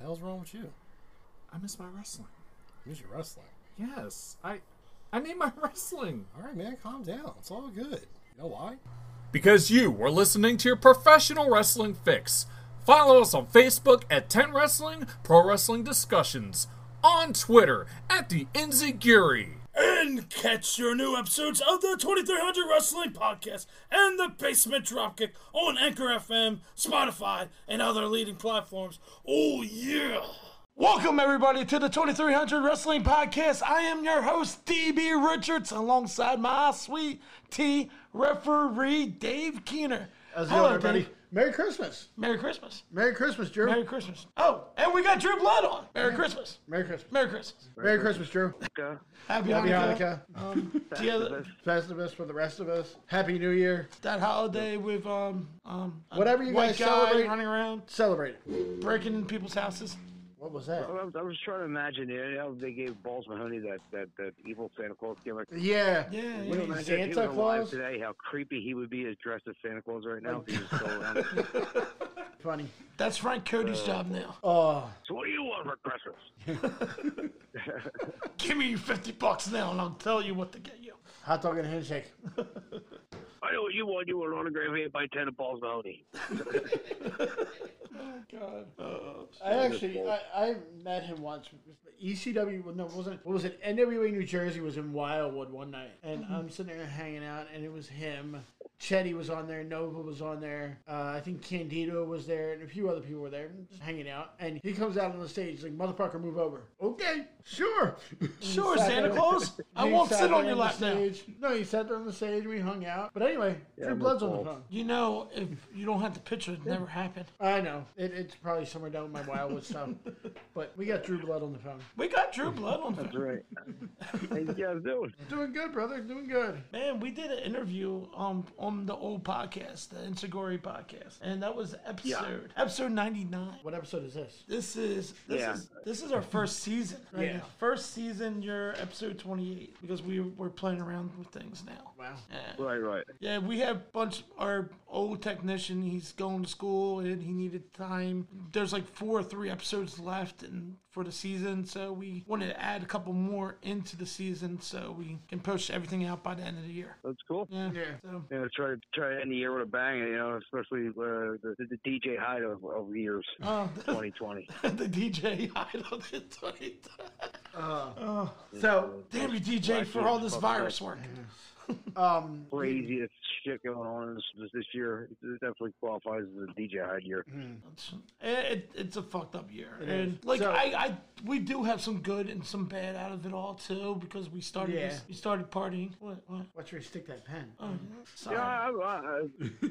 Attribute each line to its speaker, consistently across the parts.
Speaker 1: hell's wrong with you?
Speaker 2: I miss my wrestling.
Speaker 1: Miss your wrestling.
Speaker 2: Yes, I, I need my wrestling.
Speaker 1: All right, man, calm down. It's all good. You know why?
Speaker 2: Because you were listening to your professional wrestling fix. Follow us on Facebook at 10 Wrestling Pro Wrestling Discussions, on Twitter at the Inziguri.
Speaker 3: And catch your new episodes of the 2300 Wrestling Podcast and the Basement Dropkick on Anchor FM, Spotify, and other leading platforms. Oh, yeah. Welcome, everybody, to the 2300 Wrestling Podcast. I am your host, DB Richards, alongside my sweet T referee, Dave Keener.
Speaker 4: How's it going, everybody?
Speaker 3: Dave.
Speaker 4: Merry Christmas.
Speaker 3: Merry Christmas.
Speaker 4: Merry Christmas, Drew.
Speaker 3: Merry Christmas. Oh, and we got Drew Blood on. Merry Christmas.
Speaker 4: Merry Christmas.
Speaker 3: Merry Christmas.
Speaker 4: Merry Christmas, Drew.
Speaker 5: Hanukkah.
Speaker 3: Happy,
Speaker 4: Happy
Speaker 3: Hanukkah. Um,
Speaker 4: Hanukkah.
Speaker 3: Do you have
Speaker 4: Festivus for the rest of us. Happy New Year.
Speaker 3: that holiday with um um a
Speaker 4: Whatever you
Speaker 3: white
Speaker 4: guys
Speaker 3: guy
Speaker 4: celebrate.
Speaker 3: running around
Speaker 4: Celebrate it.
Speaker 3: breaking in people's houses.
Speaker 4: What was that?
Speaker 5: I was, I was trying to imagine, you know, they gave Balls Mahoney that, that, that evil Santa Claus gimmick.
Speaker 4: Yeah.
Speaker 3: Yeah,
Speaker 4: What
Speaker 3: yeah.
Speaker 4: is it,
Speaker 5: Imagine if he
Speaker 4: Santa
Speaker 5: was alive
Speaker 4: Claus?
Speaker 5: today, how creepy he would be as dressed as Santa Claus right now. if he was still around.
Speaker 4: Funny.
Speaker 3: That's Frank Cody's job now.
Speaker 4: Oh,
Speaker 5: so what do you want for Christmas?
Speaker 3: Give me fifty bucks now, and I'll tell you what to get you.
Speaker 4: hot dog and a handshake.
Speaker 5: I know what you want. You want an autograph eight by ten of Balls Mahoney.
Speaker 3: Oh, God.
Speaker 4: I actually, I, I met him once. ECW, well, no, it wasn't what was it? NWA New Jersey was in Wildwood one night, and
Speaker 3: Mm-hmm.
Speaker 4: I'm sitting there hanging out, and it was him. Chetty was on there, Nova was on there. Uh, I think Candido was there, and a few other people were there, just hanging out. And he comes out on the stage, he's like, "Motherfucker, move over." Okay, sure,
Speaker 3: Sure,
Speaker 4: Sat
Speaker 3: Santa
Speaker 4: there.
Speaker 3: Claus. I
Speaker 4: He
Speaker 3: won't
Speaker 4: sat
Speaker 3: sit on
Speaker 4: there
Speaker 3: your
Speaker 4: the
Speaker 3: lap now.
Speaker 4: stage. No, he sat there on the stage. We hung out. But anyway, Drew
Speaker 5: I'm
Speaker 4: Blood's on the
Speaker 5: appalled.
Speaker 4: phone.
Speaker 3: You know, if you don't have the picture, it never happened.
Speaker 4: I know it, it's probably somewhere down with my Wildwood stuff. But we got Drew Blood on the phone.
Speaker 3: We got Drew Blood on.
Speaker 5: That's
Speaker 3: film.
Speaker 5: right. hey, you guys doing?
Speaker 4: Doing good, brother. Doing good.
Speaker 3: Man, we did an interview um on the old podcast, the Insigori podcast, and that was episode episode ninety nine.
Speaker 4: What episode is this?
Speaker 3: This is this
Speaker 5: Yeah.
Speaker 3: is this is our first season right
Speaker 4: Yeah.
Speaker 3: now. First season, you're episode 28 because we we're playing around with things now.
Speaker 4: Wow.
Speaker 3: Yeah.
Speaker 5: Right, right.
Speaker 3: Yeah, we have bunch our old technician. He's going to school and he needed time. There's like four or three episodes left and for the season, so we wanted to add a couple more into the season so we can push everything out by the end of the year.
Speaker 5: That's cool.
Speaker 3: Yeah.
Speaker 4: Yeah.
Speaker 3: So
Speaker 5: You know, try to try to end the year with a bang. You know, especially uh, the, the DJ Hyde of, of years,
Speaker 3: uh,
Speaker 5: 2020.
Speaker 3: the DJ idol did 20. Oh,
Speaker 4: So,
Speaker 3: damn you, DJ, for all this virus work.
Speaker 4: um,
Speaker 5: Craziest shit going on this, this, this year. It definitely qualifies as a DJ Hyde year.
Speaker 3: It's- It, it's a fucked up year,
Speaker 4: is.
Speaker 3: and like
Speaker 4: So-
Speaker 3: I, I, we do have some good and some bad out of it all too because we started
Speaker 4: Yeah.
Speaker 3: this- we started partying. What? What?
Speaker 4: watch where you stick that pen.
Speaker 3: Oh, sorry.
Speaker 5: Yeah,
Speaker 4: Uh,
Speaker 5: uh, I, I, I,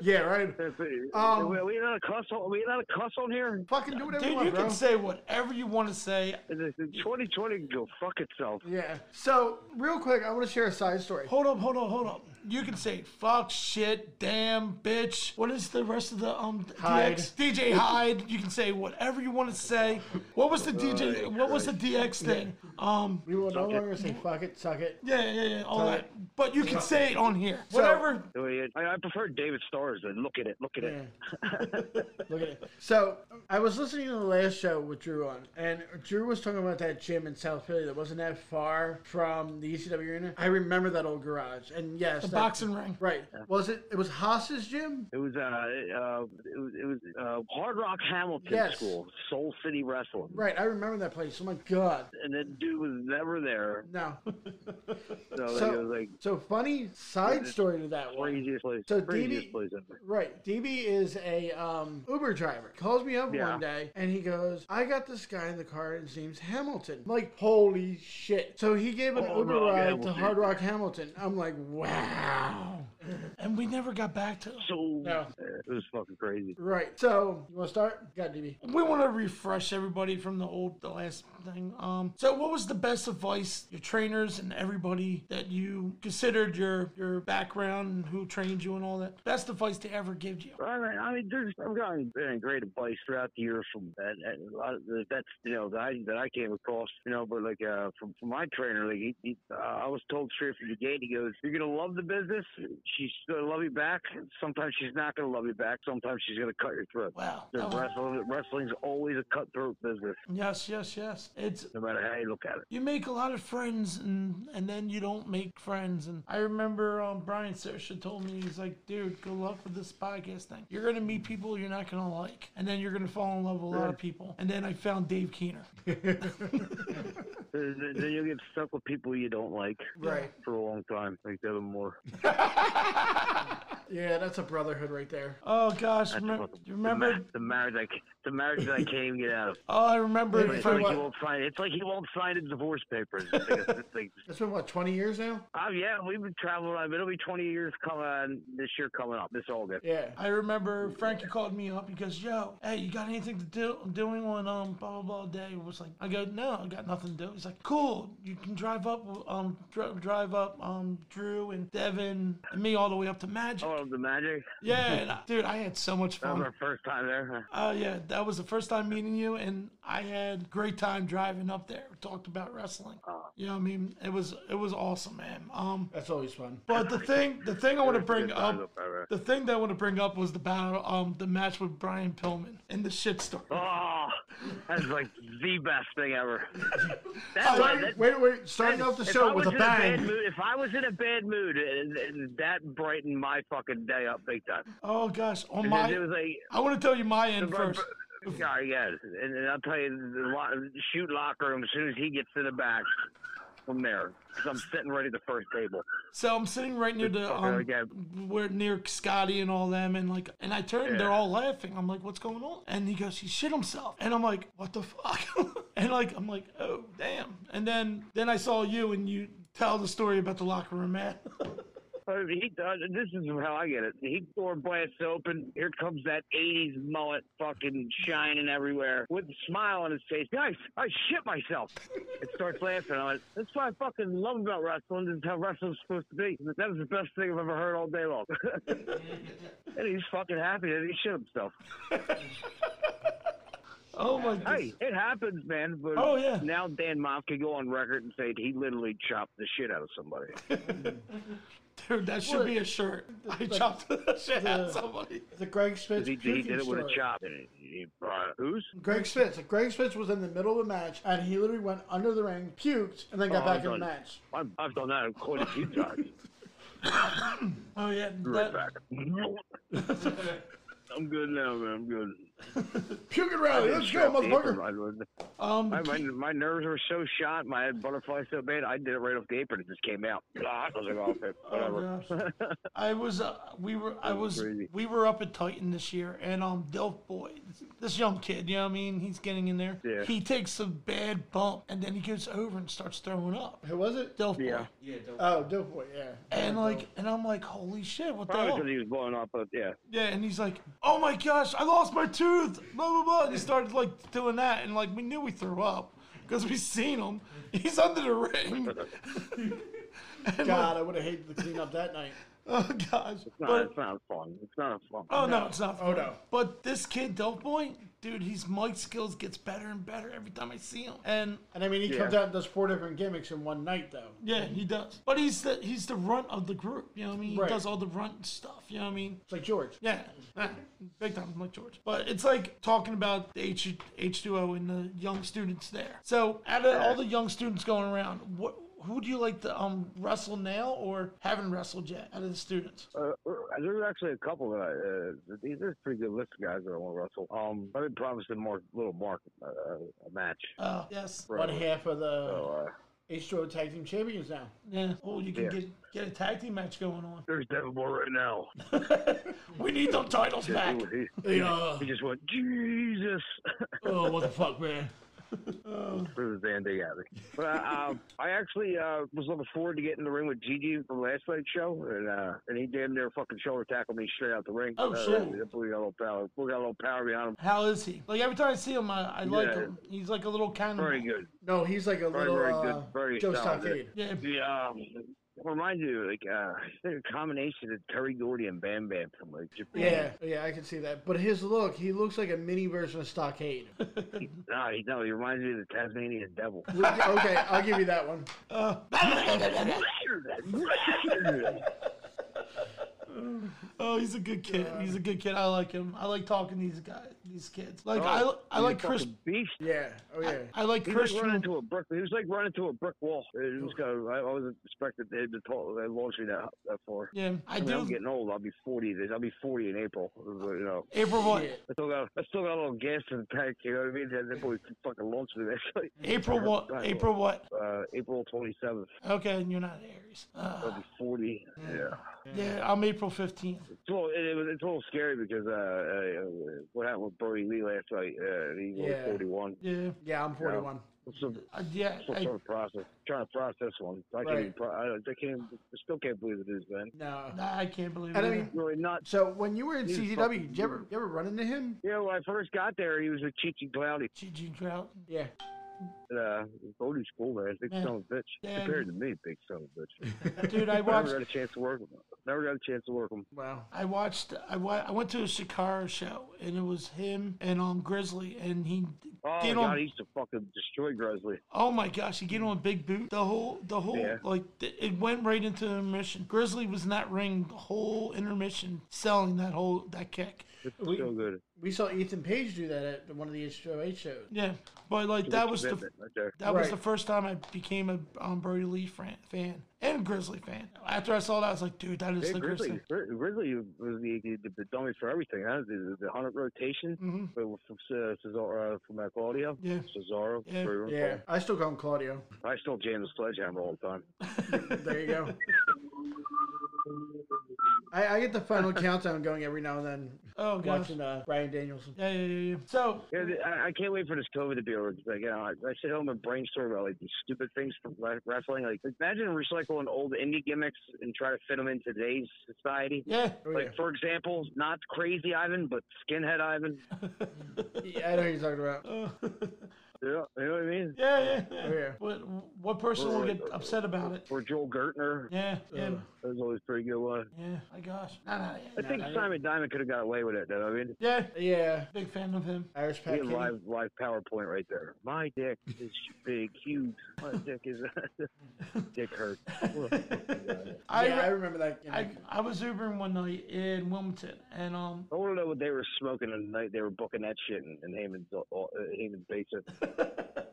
Speaker 4: Yeah, right.
Speaker 5: if it-
Speaker 4: Um,
Speaker 5: we, we not a cuss on we not a cuss on here.
Speaker 4: Fucking do whatever
Speaker 3: Dude,
Speaker 4: you
Speaker 3: you
Speaker 4: want, bro.
Speaker 3: can say whatever you want to say.
Speaker 5: The- the 2020 can go fuck itself.
Speaker 4: Yeah. So, real quick, I want to share a side story.
Speaker 3: Hold up, hold up, hold up. You can say fuck, shit, damn, bitch. What is the rest of the um
Speaker 4: Hyde.
Speaker 3: DX DJ Hyde? You can say whatever you want to say. What was the DJ? What was the DX thing? Um,
Speaker 4: We will no longer say fuck it, suck it.
Speaker 3: yeah, yeah, yeah, all
Speaker 4: So-
Speaker 3: that. But you can say it on here. Whatever.
Speaker 5: I, I prefer David Starrs than look at it, look at it.
Speaker 4: Look at it. So, I was listening to the last show with Drew on, and Drew was talking about that gym in South Philly that wasn't that far from the ECW arena. I remember that old garage, and yes,
Speaker 3: The
Speaker 4: that-
Speaker 3: boxing ring.
Speaker 4: Right. Was it? It was Haas's gym.
Speaker 5: It was uh, uh it was, it was uh, Hard Rock Hamilton
Speaker 4: Yes.
Speaker 5: School, Soul City Wrestling,
Speaker 4: Right. I remember that place. Oh my god.
Speaker 5: and that dude was never there.
Speaker 4: No.
Speaker 5: So,
Speaker 4: So-
Speaker 5: it was like
Speaker 4: So funny side story to that one.
Speaker 5: craziest place,
Speaker 4: So
Speaker 5: craziest
Speaker 4: DB
Speaker 5: place ever.
Speaker 4: Right. DB is a um, Uber driver. Calls me up
Speaker 5: Yeah.
Speaker 4: one day and he goes, I got this guy in the car and his name's Hamilton. I'm like, holy shit. So he gave an
Speaker 5: Oh,
Speaker 4: Uber
Speaker 5: no,
Speaker 4: ride to
Speaker 5: Hamilton.
Speaker 4: Hard Rock Hamilton. I'm like, wow.
Speaker 3: And we never got back to it.
Speaker 5: So uh,
Speaker 4: No.
Speaker 5: it was fucking crazy.
Speaker 4: Right. So, you want to start? Got DB.
Speaker 3: We want to refresh everybody from the old, the last thing. Um, so what was the best advice your trainers and everybody that you considered your your background and who trained you and all that? Best advice they ever give you?
Speaker 5: I mean, I mean, there's I've gotten uh, great advice throughout the years from that. that- a lot of the- That's you know that I, that I came across, you know. But like uh, from from my trainer, like he, he, uh, I was told straight from the gate, he goes, "You're gonna love the business. she's gonna love you back. Sometimes she's not gonna love you back. Sometimes she's gonna cut your throat.
Speaker 3: Oh, Wow.
Speaker 5: The
Speaker 3: That was-
Speaker 5: wrestling, wrestling's always a cutthroat business,
Speaker 3: Yes, yes, yes. It's
Speaker 5: no matter how you look at it.
Speaker 3: you make a lot of friends and and then you don't make friends and i remember um, brian sersha told me he's like dude good luck with this podcast thing you're gonna meet people you're not gonna like and then you're gonna fall in love with a lot of people and then i found dave keener
Speaker 5: Then then you'll get stuck with people you don't like
Speaker 3: Right.
Speaker 5: for a long time, like Devin Moore.
Speaker 3: yeah that's a brotherhood right there oh gosh remember,
Speaker 5: Fucking-
Speaker 3: you remember
Speaker 5: the, ma- the marriage? I c the marriage that I can't even get out of.
Speaker 3: oh i remember
Speaker 5: It's
Speaker 3: for
Speaker 5: like he
Speaker 3: what,
Speaker 5: won't sign. It's like he won't sign the divorce papers. It's like, it's like,
Speaker 3: it's been what 20 years now
Speaker 5: oh yeah, we've been traveling. I mean, It'll be 20 years coming this year coming up this August.
Speaker 3: Yeah. I remember Frankie called me up. He goes, "Yo, hey, you got anything to do doing on um blah blah blah day?" I was like, "I go, no, I got nothing to do." He's like, "Cool, you can drive up um dr- drive up um Drew and Devin and me all the way up to Magic."
Speaker 5: Oh, the magic.
Speaker 3: Yeah, and I- dude, I had so much
Speaker 5: That was
Speaker 3: fun.
Speaker 5: our first time there.
Speaker 3: Oh yeah, that was the first time meeting you, and I had great time driving up there. We talked about wrestling.
Speaker 5: Oh.
Speaker 3: You know, what I mean, it was it was awesome, man. Um,
Speaker 6: That's always fun.
Speaker 3: but the thing the thing I want to bring
Speaker 5: Good times
Speaker 3: up
Speaker 5: up there.
Speaker 3: the thing that I want to bring up was the battle, um, the match with Brian Pillman and the shit story.
Speaker 5: Oh, that's like the best thing ever. That,
Speaker 3: Starting-
Speaker 5: that-
Speaker 3: Oh, wait, wait, starting
Speaker 5: that-
Speaker 3: off the
Speaker 5: if
Speaker 3: show
Speaker 5: I
Speaker 3: with a
Speaker 5: was in bad
Speaker 3: bang.
Speaker 5: mood- if I was in a bad mood, and, and that brightened my fucking day up big time.
Speaker 3: Oh gosh, on
Speaker 5: Because it
Speaker 3: my,
Speaker 5: was like
Speaker 3: I want to tell you my end
Speaker 5: But-
Speaker 3: first.
Speaker 5: but- Yeah, yes, and, and I'll tell you, the lo- shoot locker room as soon as he gets to the back from there, 'cause I'm sitting right at the first table.
Speaker 3: So I'm sitting right near the,
Speaker 5: Fucker
Speaker 3: um,
Speaker 5: again.
Speaker 3: we're near Scotty and all them, and like, and I turn, they're all laughing. I'm like, what's going on? And he goes, he shit himself, and I'm like, what the fuck? and like, I'm like, oh damn. And then, then I saw you, and you tell the story about the locker room man.
Speaker 5: Uh, He, uh, this is how I get it. He door blasts open. Here comes that '80s mullet, fucking shining everywhere, with a smile on his face. Guys, I shit myself. It starts laughing. I'm like, that's what I fucking love about wrestling. This is how wrestling's supposed to be. That is the best thing I've ever heard all day long. and he's fucking happy that he shit himself.
Speaker 3: oh my god.
Speaker 5: Hey, it happens, man. But
Speaker 3: Oh, yeah.
Speaker 5: now Dan Moff could go on record and say he literally chopped the shit out of somebody.
Speaker 3: Dude, that should be a shirt. I chopped the shit out of somebody.
Speaker 4: The Greg Spitz.
Speaker 5: He, he
Speaker 4: puking
Speaker 5: did it with a
Speaker 4: story.
Speaker 5: chop. And he, he brought it. Who's?
Speaker 4: Greg Spitz. Greg Spitz was in the middle of a match, and he literally went under the ring, puked, and then got
Speaker 5: Oh,
Speaker 4: back in
Speaker 5: I
Speaker 4: the
Speaker 5: thought-
Speaker 4: match.
Speaker 5: I've, I've done that quite a few times.
Speaker 3: Oh yeah, that,
Speaker 5: Right back. I'm good now, man. I'm good.
Speaker 4: Puking rally. Let's go,
Speaker 5: Strapped the apron.
Speaker 4: motherfucker.
Speaker 5: I was-
Speaker 3: um,
Speaker 5: My, my, my nerves were so shot, my butterfly so bad, I did it right off the apron. It just came out. Ah, I was like, oh, okay, whatever.
Speaker 3: Oh, gosh. I was, uh, we were, I was,
Speaker 5: crazy.
Speaker 3: we were up at Titan this year, and um, Delph boy, this young kid, you know what I mean? He's getting in there.
Speaker 5: Yeah.
Speaker 3: He takes a bad bump, and then he goes over and starts throwing up.
Speaker 4: Who was it?
Speaker 3: Delph boy,
Speaker 5: Yeah.
Speaker 4: Oh, dope boy. Yeah.
Speaker 3: and like, and I'm like, holy shit, what the
Speaker 5: Probably
Speaker 3: hell?
Speaker 5: because he was blowing up, but yeah.
Speaker 3: Yeah, and he's like, oh my gosh, I lost my tooth, blah blah blah. And he started like doing that, and like we knew we threw up because we seen him. He's under the ring. And, like,
Speaker 4: God, I would have hated to clean up that night.
Speaker 3: Oh gosh.
Speaker 5: No,
Speaker 3: But,
Speaker 5: it's not fun. It's not fun.
Speaker 3: oh no, it's not.
Speaker 4: Oh, no.
Speaker 3: But this kid, Dope Boy, dude, his mic skills gets better and better every time I see him. And
Speaker 4: And I mean, he comes out and does four different gimmicks in one night, though.
Speaker 3: yeah, he does. But he's the he's the runt of the group. You know what I mean? He
Speaker 4: Right.
Speaker 3: does all the runt stuff. You know what I mean?
Speaker 4: It's like George.
Speaker 3: Yeah, yeah, big time, like George. But it's like talking about the H H two O and the young students there. So out of all the young students going around, what who do you like to um wrestle now or haven't wrestled yet out of the students?
Speaker 5: Uh, there's actually a couple that I, uh, these are pretty good list of guys that I want to wrestle. Um, I've been promising Mark, little Mark uh, a match.
Speaker 3: Uh, yes,
Speaker 5: forever.
Speaker 4: One half of the
Speaker 5: So, uh,
Speaker 4: H2O Tag Team Champions now.
Speaker 3: yeah. Oh, you can
Speaker 5: Yeah.
Speaker 3: get get a tag team match going on.
Speaker 5: there's Devin Moore right now.
Speaker 3: We need them titles back.
Speaker 5: He,
Speaker 4: Yeah.
Speaker 5: he just went, Jesus,
Speaker 4: Oh, what the fuck, man.
Speaker 5: through the Zandy at me. But uh, um, I actually uh, was looking forward to getting in the ring with Gigi from last night's show, and uh, and he damn near fucking shoulder tackled me straight out the ring.
Speaker 3: Oh,
Speaker 5: uh,
Speaker 3: shit.
Speaker 5: We got a little power. We got a little power behind him.
Speaker 3: How is he? Like every time I see him, I, I like
Speaker 5: Yeah.
Speaker 3: him. He's like a little cannibal.
Speaker 5: Very good.
Speaker 4: No, he's like a
Speaker 5: Very,
Speaker 4: little
Speaker 5: very
Speaker 4: uh,
Speaker 5: good, very
Speaker 4: Joe
Speaker 5: solid.
Speaker 4: Stockade.
Speaker 3: Yeah,
Speaker 5: The um, remind you like uh, they're a combination of Terry Gordy and Bam Bam from like Japan.
Speaker 4: Yeah, yeah, I can see that. But his look, he looks like a mini version of Stockade.
Speaker 5: No, he, no, he reminds me of the Tasmanian Devil.
Speaker 4: okay, I'll give you that one.
Speaker 5: That's
Speaker 3: Oh, he's a good kid. He's a good kid. I like him. I like talking to these guys, these kids. Like
Speaker 5: Oh,
Speaker 3: I, I
Speaker 5: he's a
Speaker 3: like Chris.
Speaker 5: fucking Beast.
Speaker 4: Yeah. Oh yeah.
Speaker 3: I like
Speaker 5: He was
Speaker 3: Christian.
Speaker 5: running into a brick. He was like running into a brick wall. It was kind of, I I wasn't expecting it to tall, that launch me that, that far.
Speaker 3: yeah, I
Speaker 5: I mean, I'm
Speaker 3: do.
Speaker 5: getting old. I'll be 40. I'll be 40 in April. but, You know,
Speaker 3: April one.
Speaker 5: I still got I still got a little gas in the tank. You know what I mean? That, that boy fucking launched me. Actually,
Speaker 3: April what?
Speaker 5: Right.
Speaker 3: April what?
Speaker 5: uh, April 27th.
Speaker 3: Okay, and you're not Aries. Uh,
Speaker 5: I'll be 40. Yeah.
Speaker 3: yeah, I'm April fifteenth.
Speaker 5: It's a little, it, it was, it's a little scary because uh, uh, what happened with Brody Lee last night? Uh, he's only
Speaker 4: Yeah.
Speaker 5: 41.
Speaker 3: Yeah,
Speaker 4: Yeah. I'm 41.
Speaker 5: It's a,
Speaker 3: uh, yeah.
Speaker 5: still
Speaker 3: I,
Speaker 5: trying to process, trying to process one. I can't,
Speaker 4: Right.
Speaker 5: even pro- I, don't- I can't, I still can't believe it is, man.
Speaker 4: No.
Speaker 3: nah, I can't believe it.
Speaker 4: And I
Speaker 3: either.
Speaker 4: mean-
Speaker 5: Really not.
Speaker 4: So when you were in
Speaker 5: He's
Speaker 4: CZW,
Speaker 5: fucking
Speaker 4: did you ever, you ever run into him?
Speaker 5: Yeah, when I first got there, he was with Cheech and Cloudy.
Speaker 3: Gigi Trout.
Speaker 4: Yeah.
Speaker 5: Uh, Bodie's cool, man. Big
Speaker 3: Yeah.
Speaker 5: son of a bitch.
Speaker 3: Yeah.
Speaker 5: Compared to me, big son of a bitch.
Speaker 3: Dude, I
Speaker 5: Never
Speaker 3: watched.
Speaker 5: got a chance to work with him. Never got a chance to work with him.
Speaker 4: Wow.
Speaker 3: I watched. I, wa- I went to a Shikara show, and it was him and um Grizzly, and he
Speaker 5: Oh,
Speaker 3: did
Speaker 5: God,
Speaker 3: on.
Speaker 5: he used to fucking destroy Grizzly.
Speaker 3: Oh my gosh, he get on Big Boot. The whole, the whole,
Speaker 5: Yeah.
Speaker 3: like th- it went right into the intermission. Grizzly was in that ring the whole intermission, selling that whole that kick.
Speaker 5: It's
Speaker 4: We-
Speaker 5: so good.
Speaker 4: We saw Ethan Page do that at one of the HOA shows.
Speaker 3: Yeah, but like that was the
Speaker 5: Commitment right there.
Speaker 3: that was
Speaker 4: Right.
Speaker 3: the first time I became a um, Brody Lee fan, fan and Grizzly fan. After I saw that, I was like, dude, that is
Speaker 5: Yeah,
Speaker 3: the
Speaker 5: Grizzly,
Speaker 3: Grizzly.
Speaker 5: Gri- Grizzly was the, the, the, dummy for everything. Huh? The, the, the hundred rotation but from uh, Cesaro, uh, from uh, Claudio,
Speaker 3: Mm-hmm. Yeah.
Speaker 5: Cesaro.
Speaker 3: Yeah.
Speaker 5: Bruno.
Speaker 4: Yeah. I still call him Claudio.
Speaker 5: I still jam the sledgehammer all the time.
Speaker 4: There you go. I, I get the final countdown going every now and then
Speaker 3: Oh gosh.
Speaker 4: watching uh, Brian Danielson.
Speaker 3: Yeah, yeah, yeah, yeah. So
Speaker 5: Yeah, th- I, I can't wait for this COVID to be over. It's Like, you know, I, I sit home and brainstorm about like these stupid things from re- wrestling. Like, imagine recycling old indie gimmicks and try to fit them in today's society.
Speaker 3: yeah,
Speaker 4: Oh, yeah.
Speaker 5: Like, for example, not crazy Ivan, but skinhead Ivan.
Speaker 4: Yeah, I know what you're talking about.
Speaker 3: uh,
Speaker 5: You know, you know what I mean?
Speaker 3: yeah, yeah. yeah.
Speaker 4: Oh, yeah.
Speaker 3: What what person will get upset about it?
Speaker 5: Or Joel Gertner.
Speaker 3: Yeah,
Speaker 4: Uh.
Speaker 3: yeah,
Speaker 5: That was always a pretty good uh, one.
Speaker 3: yeah. My gosh. Nah, nah,
Speaker 5: I
Speaker 3: yeah.
Speaker 5: think Simon Diamond could have got away with it, though. I mean,
Speaker 3: yeah.
Speaker 4: Yeah.
Speaker 3: Big fan of him.
Speaker 4: Irish
Speaker 5: we
Speaker 4: Pat
Speaker 5: have
Speaker 4: Kenny.
Speaker 5: live live PowerPoint right there. My dick is big, huge. My dick is dick hurt.
Speaker 3: I,
Speaker 4: Yeah, I
Speaker 3: re-
Speaker 4: remember that. you know.
Speaker 3: I I was Ubering one night in Wilmington, and um,
Speaker 5: I want to know what they were smoking the night they were booking that shit in, in Heyman's uh, uh, Heyman's basement.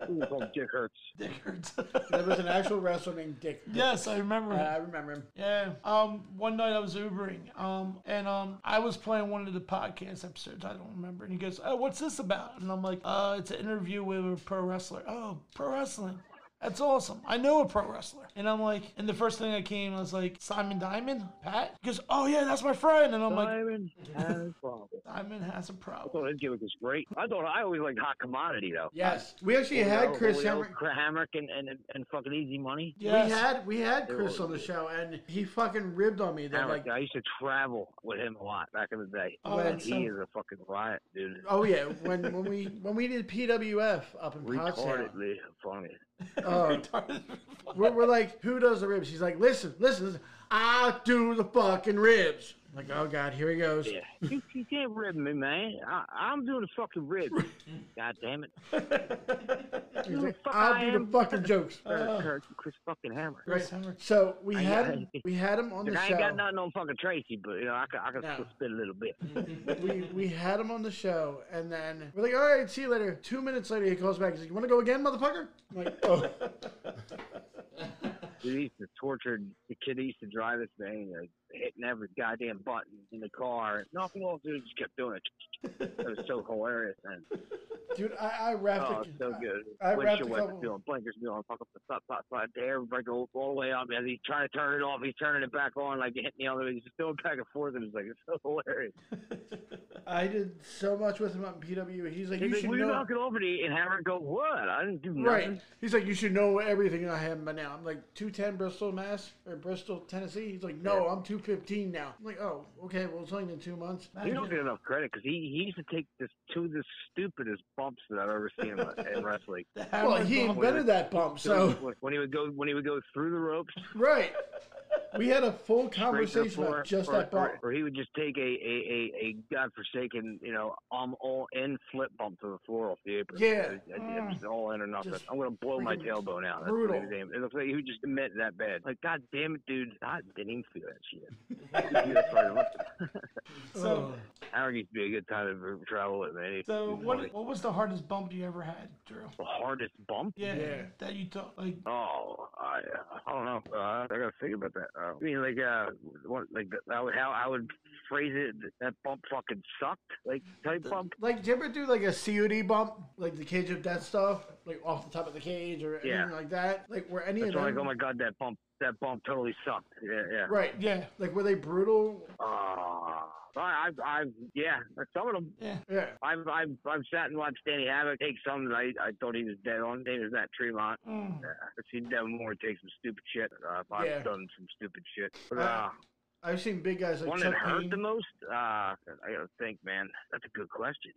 Speaker 5: Who was called Dick Hurts?
Speaker 3: Dick hurts.
Speaker 4: there was an actual wrestler named Dick.
Speaker 3: yes, I remember.
Speaker 4: Uh,
Speaker 3: him.
Speaker 4: I remember him.
Speaker 3: Yeah. Um. One night I was Ubering. Um. And um. I was playing one of the podcast episodes. I don't remember. And he goes, "Oh, what's this about?" And I'm like, "Uh, it's an interview with a pro wrestler." Oh, pro wrestling. That's awesome. I know a pro wrestler. And I'm like, and the first thing I came, I was like, Simon Diamond, Pat? He goes, oh yeah, that's my friend. And I'm like,
Speaker 5: Diamond has problems.
Speaker 3: Diamond has a
Speaker 5: I
Speaker 3: problem.
Speaker 5: thought his gimmick was great. I thought I always liked hot commodity though.
Speaker 4: Yes. We actually had Chris Hammer.
Speaker 5: Hamrick and, and and fucking Easy Money.
Speaker 3: Yes.
Speaker 4: We had we had Chris
Speaker 5: were-
Speaker 4: on the show, and he fucking ribbed on me. That
Speaker 5: Hamrick,
Speaker 4: like,
Speaker 5: I used to travel with him a lot back in the day.
Speaker 3: Oh,
Speaker 5: and
Speaker 3: that's
Speaker 5: he
Speaker 3: so-
Speaker 5: is a fucking riot, dude.
Speaker 4: oh yeah, when when we when we did PWF up in Potsdam,
Speaker 5: retardedly funny.
Speaker 4: oh, We're, we're like, who does the ribs? He's like, listen, listen, listen. I do the fucking ribs. I'm like, oh god, here he goes.
Speaker 5: Yeah, you, you can't rib me, man. I, I'm doing the fucking rib. God damn it!
Speaker 4: He's like,
Speaker 5: fuck I
Speaker 4: I'll do the
Speaker 5: am.
Speaker 4: fucking jokes.
Speaker 5: Chris- Chris, Chris fucking Hammer.
Speaker 4: Right.
Speaker 3: Uh, Hammer.
Speaker 4: So we
Speaker 5: I-
Speaker 4: had
Speaker 5: I-
Speaker 4: him, we had him on
Speaker 5: Like,
Speaker 4: the
Speaker 5: I ain't got
Speaker 4: show.
Speaker 5: nothing on fucking Tracy, but you know I can I can
Speaker 4: No.
Speaker 5: still spit a little bit.
Speaker 4: Mm. We, we had him on the show, and then we're like, all right, see you later. Two minutes later, he calls back. He's like, you want to go again, motherfucker? I'm like, oh,
Speaker 5: Dude, he used to torture the kid. He used to drive this thing, like, hitting every goddamn button in the car. Nothing else. Dude, just kept doing it. It was so hilarious, man.
Speaker 4: dude, I, I wrapped
Speaker 5: Oh,
Speaker 4: it.
Speaker 5: it's so good.
Speaker 4: I wrapped
Speaker 5: Windshield
Speaker 4: a
Speaker 5: wipers
Speaker 4: couple-
Speaker 5: doing blinkers doing fuck up the top top side there. Everybody go all the way up as he's trying to turn it off. He's turning it back on like hitting the other. He's just going back and forth and it's like it's so hilarious.
Speaker 4: I did so much with him up in PW. He's like,
Speaker 5: He's
Speaker 4: you
Speaker 5: like,
Speaker 4: should
Speaker 5: will you
Speaker 4: know.
Speaker 5: knock it over to you? And Hammer go, what? I didn't do nothing.
Speaker 4: Right. He's like, you should know everything I have by now. I'm like, 210 Bristol, Mass, or Bristol, Tennessee. He's like, no, I'm 215 now. I'm like, oh, okay, well, it's only been two months.
Speaker 5: You don't get enough credit because he, he used to take this two of the stupidest bumps that I've ever seen in, in wrestling.
Speaker 4: Well, he invented that bump, so.
Speaker 5: When- when he would go when he would go through the ropes,
Speaker 4: Right. We had a full
Speaker 5: Breaker
Speaker 4: conversation
Speaker 5: for-
Speaker 4: about just
Speaker 5: or,
Speaker 4: that bump.
Speaker 5: Or, or he would just take a a, a, a godforsaken, you know, I'm all in flip bump to the floor off the apron.
Speaker 4: Yeah. Mm.
Speaker 5: It- it- it was all in or nothing.
Speaker 4: Just
Speaker 5: I'm gonna blow my
Speaker 4: freaking
Speaker 5: tailbone out. That's
Speaker 4: brutal.
Speaker 5: what he was aiming- It looks like he would just admit that bad. Like, god damn it, dude, I didn't even feel that shit. He knew that's why he looked at it.
Speaker 3: So,
Speaker 5: Howard used to be a good time to travel with, man. He-
Speaker 3: so
Speaker 5: he-
Speaker 3: what? What was the hardest bump you ever had, Drew?
Speaker 5: the hardest bump?
Speaker 3: Yeah, that you took. Like,
Speaker 5: Oh, I, I don't know. Uh, I gotta think about that. Uh, I mean, like, uh, what, like how, how I would phrase it? That bump fucking sucked, like type bump.
Speaker 4: Like, did you ever do like a COD bump, like the cage of death stuff, like off the top of the cage or anything
Speaker 5: Yeah.
Speaker 4: like that? Like, were any
Speaker 5: It's
Speaker 4: of
Speaker 5: like,
Speaker 4: them
Speaker 5: oh my god, that bump, that bump totally sucked. Yeah, yeah.
Speaker 4: right?
Speaker 3: yeah,
Speaker 4: Like, were they brutal?
Speaker 5: Ah, I, I've, I've, yeah, some of them.
Speaker 3: yeah.
Speaker 4: Yeah.
Speaker 5: I've, I've, I've sat and watched Danny Havoc take some that I, I thought he was dead on. Same as that Tremont.
Speaker 3: Mm.
Speaker 5: Yeah, I've seen Devin Moore take some stupid shit. Uh, I've
Speaker 4: Yeah.
Speaker 5: done some stupid shit. But,
Speaker 4: Uh,
Speaker 5: uh,
Speaker 4: I've seen big guys like
Speaker 5: One that
Speaker 4: Chuck
Speaker 5: hurt
Speaker 4: Payne.
Speaker 5: the most? Uh, I gotta think, man. That's a good question.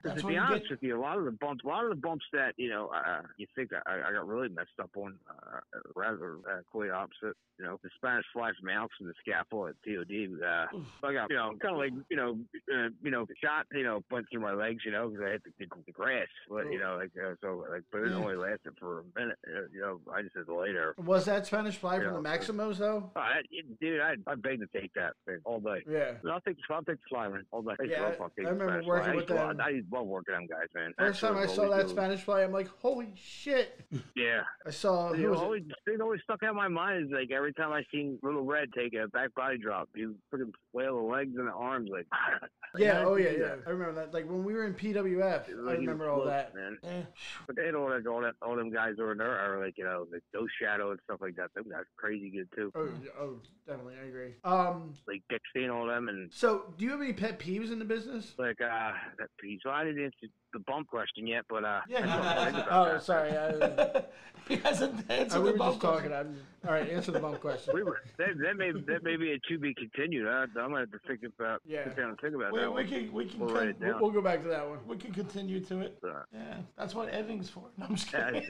Speaker 5: 'Cause
Speaker 3: That's
Speaker 5: to
Speaker 3: what
Speaker 5: be
Speaker 3: you
Speaker 5: honest
Speaker 3: get.
Speaker 5: with you, a lot of the bumps, a lot of the bumps that you know, uh, you think I, I got really messed up on, uh, rather uh, quite opposite. You know, the Spanish fly from Alex and the scaffold at TOD. Uh, I got you know, kind of like you know, uh, you know, shot, you know, punch through my legs, you know, because I hit the, the, the grass, but you know, like uh, so, like, but it only lasted for a minute. Uh, you know, I just had to lay there.
Speaker 4: Was that Spanish Fly from
Speaker 5: Yeah.
Speaker 4: the Maximos though?
Speaker 5: Oh, I, dude, I I beg to take that thing all day.
Speaker 4: Yeah.
Speaker 5: No, I'll take, I'll take Slimer. All day.
Speaker 4: Yeah,
Speaker 5: I'll fucking
Speaker 4: I remember
Speaker 5: Slimer.
Speaker 4: working with
Speaker 5: I used to-
Speaker 4: them.
Speaker 5: I used to love working with them guys, man.
Speaker 4: First
Speaker 5: That's
Speaker 4: time I
Speaker 5: what
Speaker 4: saw
Speaker 5: we
Speaker 4: that
Speaker 5: do.
Speaker 4: Spanish Fly, I'm like, holy shit!
Speaker 5: Yeah.
Speaker 4: I saw
Speaker 5: You
Speaker 4: who
Speaker 5: know,
Speaker 4: Oh, was it?
Speaker 5: always, thing that always stuck out in my mind is like every time I seen Little Red take a back body drop, you freaking flail the legs and the arms like.
Speaker 4: Yeah, oh yeah,
Speaker 5: do
Speaker 4: yeah. I remember that. Like when we were in PWF, I
Speaker 5: like, you
Speaker 4: remember all
Speaker 5: look,
Speaker 4: that.
Speaker 5: man.
Speaker 3: Yeah.
Speaker 5: But they had all that, all that, all them guys over there are like you know, the Ghost Shadow and stuff like that. Them guys are crazy good too.
Speaker 4: Oh, yeah, oh, definitely, I agree. Um,
Speaker 5: Like Dixie and all them, and
Speaker 4: so do you have any pet peeves in the business?
Speaker 5: like uh, that piece. Well, I didn't answer the bump question yet, but uh,
Speaker 3: Yeah.
Speaker 5: I just wanna think about
Speaker 4: Oh,
Speaker 5: that.
Speaker 4: sorry, I,
Speaker 3: Eh. he hasn't
Speaker 4: I
Speaker 3: answered the
Speaker 4: we were just
Speaker 3: bump.
Speaker 4: talking. I'm, all right, answer the bump question.
Speaker 5: We were, that, that may that may be a to be continued. I, I'm gonna have to think about
Speaker 4: Yeah.
Speaker 5: sit down and think about
Speaker 3: We,
Speaker 5: that.
Speaker 3: we
Speaker 5: one.
Speaker 3: can we can
Speaker 5: We'll write
Speaker 3: con-
Speaker 5: it
Speaker 3: we
Speaker 5: down.
Speaker 4: We'll go back to that one.
Speaker 3: we can continue to it.
Speaker 5: Uh,
Speaker 3: Yeah, that's what editing's for. No, I'm just kidding.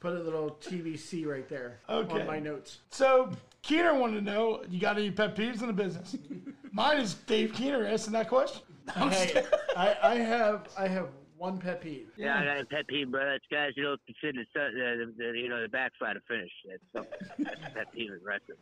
Speaker 4: Put a little TBC right there
Speaker 3: Okay.
Speaker 4: on my notes.
Speaker 3: So Keener wanted to know, you got any pet peeves in the business? Mine is Dave Keener asking that question. I'm just
Speaker 4: Hey,
Speaker 3: kidding.
Speaker 4: I, I have I have one pet peeve.
Speaker 5: yeah, I got a pet peeve, but it's guys who don't consider the, uh, the, the you know the backside of finish. That's something- that's a pet peeve in wrestling.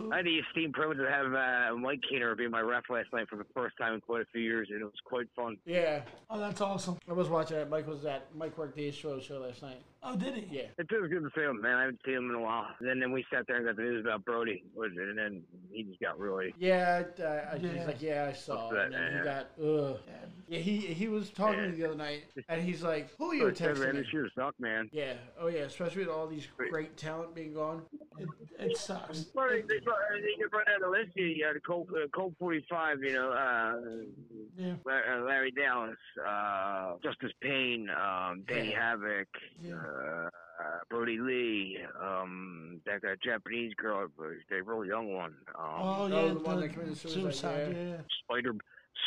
Speaker 5: But I had the esteemed privilege to have uh, Mike Keener be my ref last night for the first time in quite a few years, and it was quite fun.
Speaker 4: Yeah,
Speaker 3: Oh, that's awesome.
Speaker 4: I was watching it. Mike was at Mike worked the show show last night.
Speaker 3: Oh, did he?
Speaker 4: Yeah.
Speaker 5: It feels good to see him, man. I haven't seen him in a while. And then, then we sat there and got the news about Brody, and then he just got really
Speaker 4: Yeah, I, I, I-
Speaker 3: Yeah.
Speaker 4: he's like, yeah, I saw. it. And then he
Speaker 5: Yeah.
Speaker 4: got, ugh. Yeah, he he was talking to me the other night, and he's like, who are you texting?
Speaker 5: man,
Speaker 4: me?"
Speaker 5: this year sucked, man.
Speaker 4: Yeah, oh yeah, especially with all these great talent being gone.
Speaker 3: It, it sucks.
Speaker 5: Well, they, they, they can run out of list here. You had Colt, uh, Colt 45, you know, uh,
Speaker 3: Yeah.
Speaker 5: La- uh, Larry Dallas, uh, Justice Payne, um, Danny
Speaker 3: Yeah.
Speaker 5: Havoc,
Speaker 3: Yeah.
Speaker 5: uh, Brody Lee, um, that guy, Japanese girl, uh, the real young one, um,
Speaker 3: Oh,
Speaker 4: Oh,
Speaker 3: yeah,
Speaker 4: the one that committed suicide,
Speaker 3: suicide. Yeah.
Speaker 5: Spider.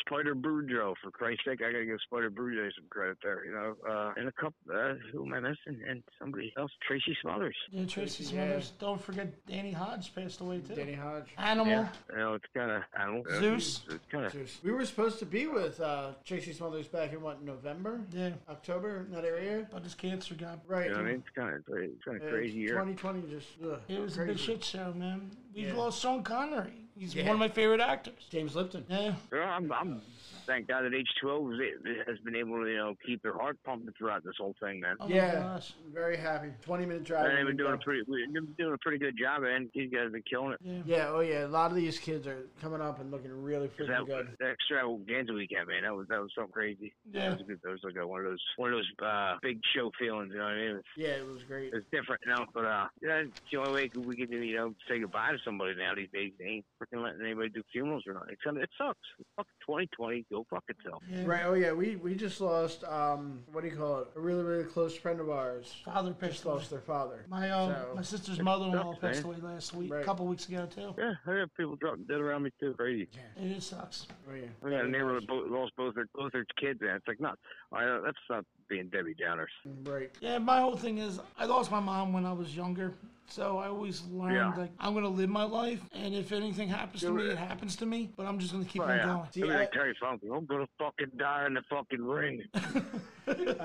Speaker 5: Spider Boudreaux, for Christ's sake, I gotta give Spider Boudreaux some credit there, you know. Uh, and a couple, uh, who am I missing? And somebody else, Tracy Smothers.
Speaker 3: yeah. Tracy
Speaker 4: Yeah.
Speaker 3: Smothers. Don't forget Danny Hodge passed away too.
Speaker 4: Danny Hodge.
Speaker 3: Animal.
Speaker 5: Yeah, you know, it's kind of animal.
Speaker 3: Zeus.
Speaker 5: It's kind of
Speaker 4: Seriously. We were supposed to be with uh, Tracy Smothers back in what November,
Speaker 3: Yeah.
Speaker 4: October, in that area,
Speaker 3: But his cancer got.
Speaker 4: right?
Speaker 5: You know what I mean? It's kind of it's kind of
Speaker 4: Uh,
Speaker 5: crazy year.
Speaker 4: 2020 just ugh,
Speaker 3: It was a
Speaker 4: crazy.
Speaker 3: big shit show, man. We've
Speaker 4: Yeah.
Speaker 3: lost Sean Connery. He's
Speaker 4: Yeah.
Speaker 3: one of my favorite actors.
Speaker 4: James Lipton.
Speaker 3: Yeah.
Speaker 5: Well, I'm, I'm thank God that H2O was- it has been able to you know keep their heart pumping throughout this whole thing, man.
Speaker 3: Oh,
Speaker 4: Yeah.
Speaker 3: My gosh.
Speaker 4: Very happy. 20 minute drive.
Speaker 5: And they've been
Speaker 4: and
Speaker 5: doing a
Speaker 4: go.
Speaker 5: pretty we've been doing a pretty good job, man. These guys have been killing it.
Speaker 4: Yeah, oh yeah. A lot of these kids are coming up and looking really freaking
Speaker 5: That,
Speaker 4: good.
Speaker 5: that extravaganza weekend, man, that was that was so crazy.
Speaker 3: Yeah.
Speaker 5: That was, good. that was like a, one of those one of those uh, big show feelings, you know what I mean? It's,
Speaker 4: Yeah, it was great.
Speaker 5: it's different now, but uh, yeah, it's the only way we can you know say goodbye to somebody now these days. They ain't freaking letting anybody do funerals or not. It's kind of it sucks. Fuck 2020, go fuck itself.
Speaker 3: yeah.
Speaker 4: Right. Oh yeah. We we just lost. Um. What do you call it? A really really close friend of ours
Speaker 3: Father passed
Speaker 4: just
Speaker 3: away.
Speaker 4: lost their father.
Speaker 3: My um,
Speaker 4: So-
Speaker 3: my sister's mother-in-law
Speaker 5: sucks,
Speaker 3: passed
Speaker 5: man.
Speaker 3: away last week, a
Speaker 4: Right.
Speaker 3: couple weeks ago too.
Speaker 5: Yeah, I have people dropping dead around me too. Crazy.
Speaker 3: It just sucks.
Speaker 4: Oh yeah.
Speaker 5: I got a neighbor that bo- lost both their both their kids, and it's like not. I, that's not being Debbie Downers.
Speaker 4: Right.
Speaker 3: Yeah, my whole thing is I lost my mom when I was younger, So I always learned
Speaker 5: Yeah.
Speaker 3: like I'm gonna live my life, and if anything happens to me, it happens to me. But I'm just gonna keep on going.
Speaker 5: It'd be like Terry Funky. I'm gonna fucking die in the fucking ring.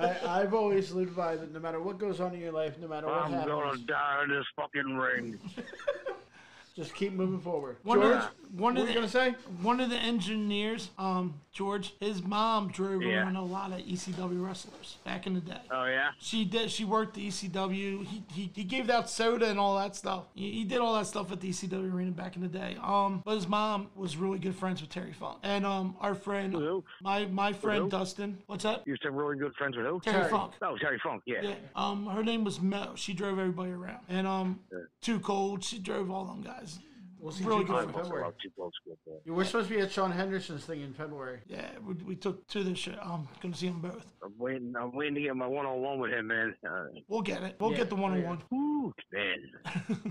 Speaker 4: I, I've always lived by that no matter what goes on in your life, no matter what
Speaker 5: I'm
Speaker 4: happens,
Speaker 5: gonna die in this fucking ring.
Speaker 4: just keep moving forward.
Speaker 3: One
Speaker 4: George,
Speaker 3: of the, one of
Speaker 4: what were
Speaker 3: the
Speaker 4: you going to say?
Speaker 3: one of the engineers, um, George, his mom drove
Speaker 5: Yeah.
Speaker 3: around a lot of ECW wrestlers back in the day.
Speaker 5: Oh yeah.
Speaker 3: She did. She worked the ECW. He, he, he gave out soda and all that stuff. He, he did all that stuff at the ECW arena back in the day. Um, but his mom was really good friends with Terry Funk, and um, our friend,
Speaker 5: Who?
Speaker 3: my my friend
Speaker 5: Who?
Speaker 3: Dustin. What's that?
Speaker 5: You said really good friends with who?
Speaker 3: Terry Funk.
Speaker 5: Oh, Terry Funk. Yeah.
Speaker 3: Yeah. Um, her name was Mo. She drove everybody around, and um, Too Cold. She drove all them guys.
Speaker 4: We'll see
Speaker 3: Really
Speaker 4: you
Speaker 3: good
Speaker 4: in
Speaker 5: I also
Speaker 4: February.
Speaker 5: love two folks good there.
Speaker 4: You were supposed to be at Sean Henderson's thing in February.
Speaker 3: Yeah, we, we took to the show. I'm gonna see them both.
Speaker 5: I'm waiting. I'm waiting to get my one-on-one with him, man. Uh,
Speaker 3: We'll get it. We'll get the one on one.
Speaker 5: whew, man.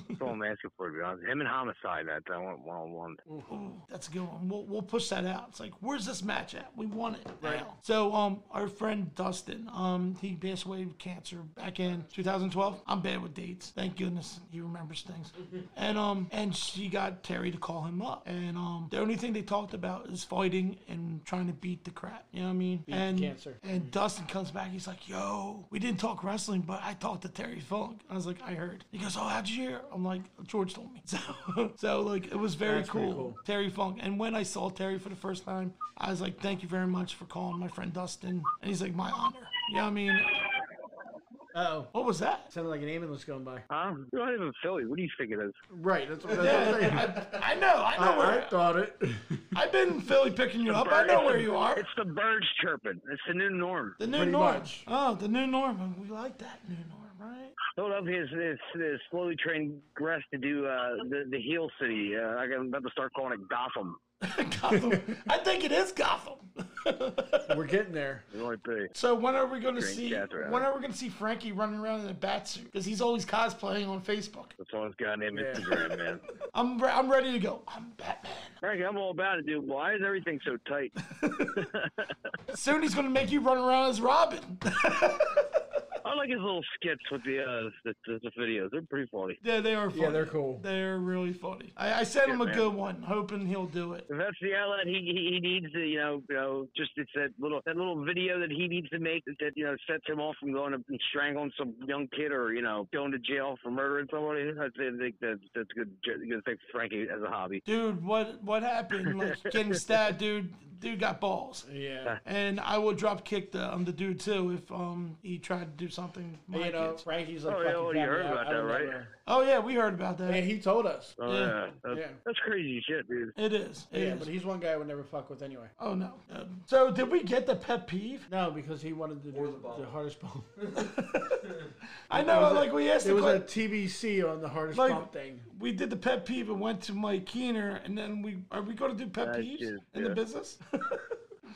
Speaker 5: That's all I'm asking for, to be honest. Him and Homicide. I, I want one-on-one.
Speaker 3: Ooh, that's a good one. We'll, we'll push that out. It's like, where's this match at? We want it now. So, um, our friend Dustin, um, he passed away of cancer back in 2012. I'm bad with dates. Thank goodness he remembers things. And um, and she got Terry to call him up. And um, the only thing they talked about is fighting and trying to beat the crap. You know what I mean? and
Speaker 4: cancer.
Speaker 3: And Dustin comes back. He's like, "Yo, we didn't talk wrestling, but I talked to Terry Funk." I was like, "I heard." He goes, "Oh, how'd you hear?" I'm like, "George told me." So, so like, it was very cool. Terry Funk. And when I saw Terry for the first time, I was like, "Thank you very much for calling my friend Dustin." And he's like, "My honor." Yeah, I mean,
Speaker 4: Uh-oh.
Speaker 3: what was that?
Speaker 4: Sounded like an ambulance going by.
Speaker 5: Huh? You're not even Philly. What do you think it is?
Speaker 4: Right, that's what, that's what I'm saying.
Speaker 3: I know, I know
Speaker 4: I,
Speaker 3: where.
Speaker 4: I thought it.
Speaker 3: I've been in Philly picking you up. I know where you are.
Speaker 5: It's the birds chirping. It's the new norm.
Speaker 3: The new
Speaker 4: Pretty
Speaker 3: norm.
Speaker 4: much.
Speaker 3: Oh, the new norm. We like that new norm, right?
Speaker 5: Philadelphia is, is, is slowly transgressed to do uh, the the heel city. Uh, like I'm about to start calling it Gotham.
Speaker 3: Gotham. I think it is Gotham.
Speaker 4: We're getting there.
Speaker 5: It might be.
Speaker 3: so when are we going to
Speaker 5: Drink
Speaker 3: see?
Speaker 5: Jethro.
Speaker 3: When are we going to see Frankie running around in a bat suit? Because he's always cosplaying on Facebook.
Speaker 5: That's on his goddamn Instagram, man.
Speaker 3: I'm re- I'm ready to go. I'm Batman.
Speaker 5: Frank, I'm all about it, dude. Why is everything so tight?
Speaker 3: Soon he's going to make you run around as Robin.
Speaker 5: I like his little skits with the uh, the, the, the videos. They're pretty funny.
Speaker 3: yeah, they are. Funny.
Speaker 4: Yeah, they're cool.
Speaker 3: They're really funny. I, I sent him a
Speaker 5: man.
Speaker 3: good one, hoping he'll do it.
Speaker 5: If that's the outlet he he, he needs to, you know, you know, just it's that little that little video that he needs to make that, that you know sets him off from going and strangling some young kid or you know going to jail for murdering somebody. I think that's that's a good good thing for Frankie as a hobby.
Speaker 3: Dude, what what happened? Like getting stabbed, dude. Dude got balls.
Speaker 4: Yeah.
Speaker 3: And I would drop kick the um the dude too if um he tried to do something. to My
Speaker 4: You know,
Speaker 3: kids.
Speaker 4: Frankie's like,
Speaker 5: Oh, yeah,
Speaker 4: fucking
Speaker 5: well, you
Speaker 4: got me
Speaker 5: heard
Speaker 4: out-
Speaker 5: about
Speaker 4: out of
Speaker 5: that, right?
Speaker 4: nowhere.
Speaker 3: Oh yeah, we heard about that.
Speaker 4: Yeah, he told us.
Speaker 5: Oh
Speaker 3: Yeah.
Speaker 5: yeah, that's,
Speaker 4: Yeah.
Speaker 5: that's crazy shit, dude.
Speaker 3: It is. It
Speaker 4: Yeah,
Speaker 3: is.
Speaker 4: but he's one guy I would never fuck with anyway.
Speaker 3: oh no. Um, so did we get the pet peeve?
Speaker 4: No, because he wanted to do the, hardest bump.
Speaker 3: I know. like we asked.
Speaker 4: There
Speaker 3: the
Speaker 4: was a
Speaker 3: que-
Speaker 4: TBC on the hardest
Speaker 3: Like-
Speaker 4: bump thing.
Speaker 3: we did the pet peeve and went to Mike Keener, and then we are we going to do pet
Speaker 5: That
Speaker 3: peeves
Speaker 5: is-
Speaker 3: in the
Speaker 5: yeah.
Speaker 3: business?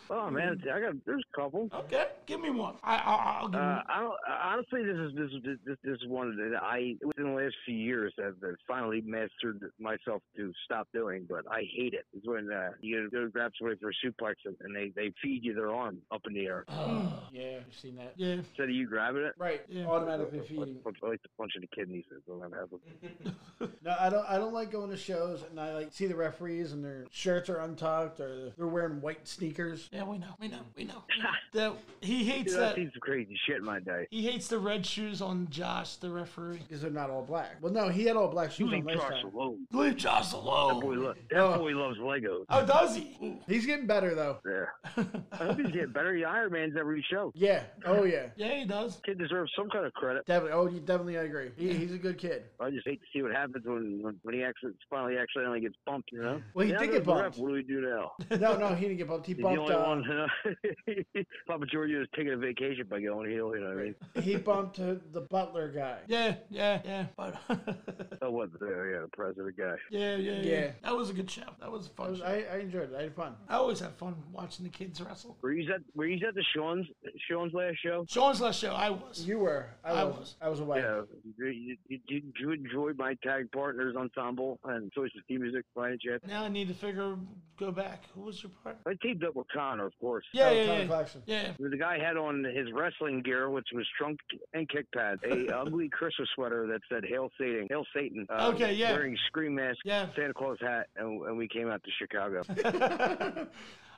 Speaker 5: Oh man, I got there's a couple.
Speaker 3: okay, give me one. I, I I'll give
Speaker 5: Uh,
Speaker 3: you
Speaker 5: I don't, honestly, this is this, is- this this is one that I within the last few years have uh, finally mastered myself to stop doing. But I hate it. It's when uh, you go to grab somebody for a suplex and- and they they feed you their arm up in the air
Speaker 4: Yeah, you've seen that.
Speaker 3: yeah.
Speaker 5: instead of you grabbing it.
Speaker 4: Right,
Speaker 3: Yeah.
Speaker 4: automatically
Speaker 5: I
Speaker 4: feeding.
Speaker 5: like to punch in the kidneys. That's what I'm having.
Speaker 4: No, I don't. I don't like going to shows, and I like see the referees, and their shirts are untucked, or they're wearing white sneakers.
Speaker 3: Yeah, we know, we know, we know. we know. that he hates
Speaker 5: Dude, I've
Speaker 3: that.
Speaker 5: seen some crazy shit in my day.
Speaker 3: He hates the red shoes on Josh, the referee.
Speaker 4: Because they're not all black. Well, no, he had all black shoes on
Speaker 5: Leave
Speaker 4: last
Speaker 5: Josh
Speaker 4: time.
Speaker 5: alone.
Speaker 3: Leave Josh
Speaker 5: Boy,
Speaker 3: alone.
Speaker 5: look, that boy loves Legos.
Speaker 3: Oh, does he? Ooh.
Speaker 4: He's getting better though.
Speaker 5: Yeah. I hope he's getting better. He Iron Man's every show.
Speaker 4: Yeah. Oh yeah.
Speaker 3: Yeah, he does.
Speaker 5: Kid deserves some kind of credit.
Speaker 4: Definitely. Oh, you definitely. I agree. He, he's a good kid.
Speaker 5: I just hate to see what happens when when, when he actually finally accidentally gets bumped, you know.
Speaker 4: Well, he
Speaker 5: Now
Speaker 4: did
Speaker 5: there's
Speaker 4: get
Speaker 5: the ref.
Speaker 4: bumped.
Speaker 5: What do we do now? He's
Speaker 4: No, no, he didn't get bumped. He
Speaker 5: the
Speaker 4: bumped.
Speaker 5: only
Speaker 4: Uh,
Speaker 5: one. You know? Papa Giorgio is taking a vacation by going heel. You know what I mean?
Speaker 4: he bumped uh, the butler guy.
Speaker 3: Yeah, yeah, yeah. But
Speaker 5: Oh, what? The, yeah, the president guy.
Speaker 3: Yeah, yeah, yeah,
Speaker 4: Yeah.
Speaker 3: That was a good show. That was a
Speaker 4: I,
Speaker 3: fun
Speaker 4: was,
Speaker 3: show. I,
Speaker 4: I, I enjoyed it. I had fun.
Speaker 3: always have fun watching the kids wrestle.
Speaker 5: Were you at Were you at the Sean's Sean's last show?
Speaker 3: Sean's last show, I was.
Speaker 4: You were. I,
Speaker 3: I
Speaker 4: was.
Speaker 3: was.
Speaker 4: I was away.
Speaker 5: Yeah. Did, did, did you enjoy my tag partners ensemble and choices theme music by any chance?
Speaker 3: Now I need to figure, go back. Who was your partner?
Speaker 5: Oh, I teamed up with Con O'Connor, of course.
Speaker 3: Yeah,
Speaker 4: Oh,
Speaker 3: yeah,
Speaker 4: Connor
Speaker 3: yeah.
Speaker 4: Claxton.
Speaker 3: Yeah.
Speaker 5: The guy had on his wrestling gear, which was trunk and kick pads, a ugly Christmas sweater that said "Hail Satan." Hail Satan. Uh,
Speaker 3: Okay, yeah.
Speaker 5: Wearing scream mask,
Speaker 3: Yeah.
Speaker 5: Santa Claus hat, and, and we came out to Chicago.